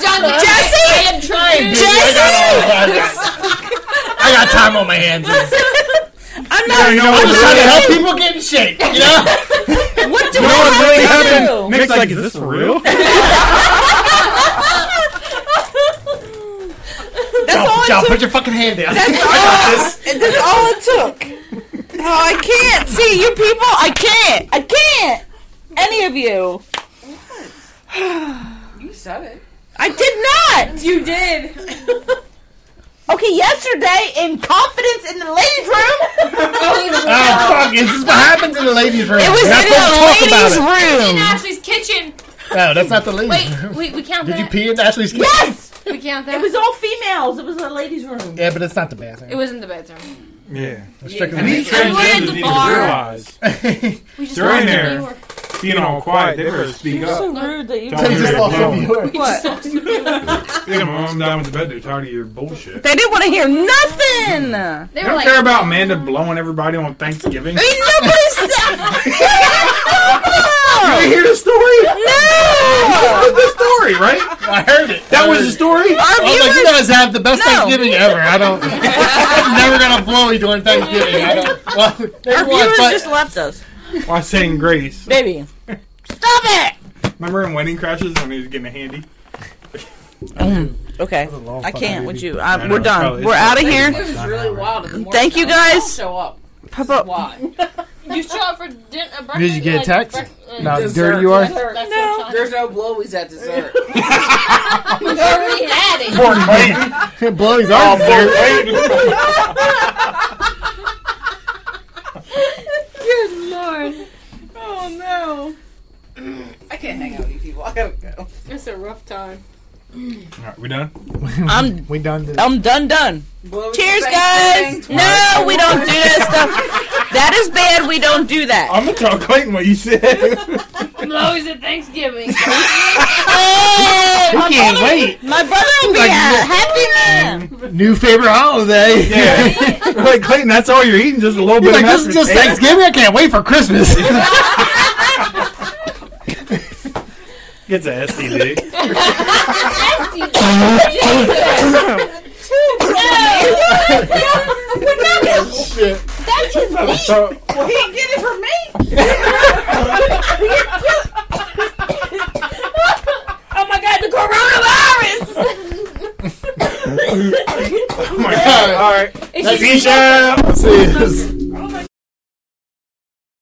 G: John's like, Jesse, I am trying.
E: Dude, I got all of that. I got time on my hands.
C: I'm
D: Yeah,
C: not.
D: you
E: I'm
D: know what
E: just trying to
D: really,
E: help people get in shape. You know?
C: What
D: you
C: do
D: know
C: I
D: what
C: have
D: really
C: to
D: happened?
C: do?
D: Nick's like, is this for real?
C: That's all
E: John,
C: it took.
E: put your fucking hand down.
C: [laughs] That's all it took. No, I can't. See you people. I can't. I can't. Any of you. [sighs]
A: you said it.
C: I did not.
J: you did.
C: Okay, yesterday in confidence in the
E: [laughs]
C: ladies' room,
E: Oh, [laughs] fuck. Is this [laughs] what happens in the ladies' room?
C: it was
E: We're not supposed
C: in
E: to
C: the
E: talk
C: ladies'
G: In
E: about
C: room.
G: Ashley's kitchen.
E: it. No, that's not the ladies'
G: Wait,
E: room.
G: wait, we count
E: Did you
G: that.
E: pee in Ashley's kitchen? Yes!
G: we count
J: It
G: that.
J: was all females. It was a ladies' room.
E: Yeah, but it's not the bathroom.
G: It was in the bedroom.
D: Yeah.
E: It's strictly
D: And these
E: the
G: And we're at the
D: transgenders need to
G: bar.
D: realize
E: [laughs] ladies'
G: We just
D: They're
G: lost
D: in
G: the
D: there.
G: viewer.
D: being all quiet, they better speak up.
F: rude that you.
D: Tell me
E: just
D: you're
E: lost a
D: [laughs] alone.
E: viewer.
C: What?
D: Think I'm I'm down with the bed. They're tired of your bullshit.
C: They didn't want to hear nothing. I
G: They
D: I
G: were
D: don't
G: like,
D: care about Amanda blowing everybody on Thanksgiving.
C: mean, nobody said.
E: You hear the story?
C: No.
D: That's the story, right?
E: I heard it.
D: That was the story.
C: Our
E: I was like, you
C: viewers.
E: guys have the best
C: No.
E: Thanksgiving ever. I don't. I'm never gonna blow you during Thanksgiving. I don't. Well, they
C: Our
E: won,
C: viewers
E: but
C: just left us.
D: While saying grace.
C: Baby. Stop it!
D: Remember in Wedding Crashes when he was getting a handy?
C: Okay.
E: long
C: I can't with you.
D: I
C: I,
D: know,
C: we're
D: it's
C: done.
D: probably-
C: We're
D: it's
C: out of
D: probably-
C: here.
A: It was really wild. in the morning.
C: Thank you
A: I was like,
C: guys.
A: I'll Show up.
C: Papa,
A: Why?
B: You show up for dinner. Breakfast,
E: Did you get a
B: like,
E: text?
B: brec- uh,
E: No,
A: Dessert.
E: dirty you are.
B: dessert, that's what I'm
A: There's no blowies at dessert.
K: We already had
B: [laughs]
K: it.
D: Born late.
E: [laughs]
D: [laughs]
E: Blowy's
D: Oh,
E: on there.
L: Good
D: [laughs] born late.
L: lord.
F: Oh no.
A: I can't hang out with you people. I gotta go.
B: trying- It's a rough time.
D: All right, we done?
C: I'm
E: We done this.
C: I'm done done.
A: Blowies
C: Cheers,
A: for
C: guys.
A: Thanksgiving.
C: No, we don't do that stuff. That is bad. We don't do that.
D: I'm gonna tell Clayton what you said.
B: Blowies at Thanksgiving.
C: Hey,
E: We
C: my
E: can't
C: brother-
E: wait.
C: My brother will be
E: Like,
C: at Happy Man.
E: New favorite holiday. [laughs]
D: yeah. [laughs] like Clayton, that's all you're eating, just a little bit
E: You're like,
D: of
E: this is just Thanksgiving. I can't wait for Christmas. [laughs]
D: It's a [laughs] STD.
B: Oh
D: Oh
M: Shit.
D: so,
F: Well, he didn't get it from me.
B: oh my god, the coronavirus!
D: oh my god. All right.
B: It's
D: Peace out.
M: See you.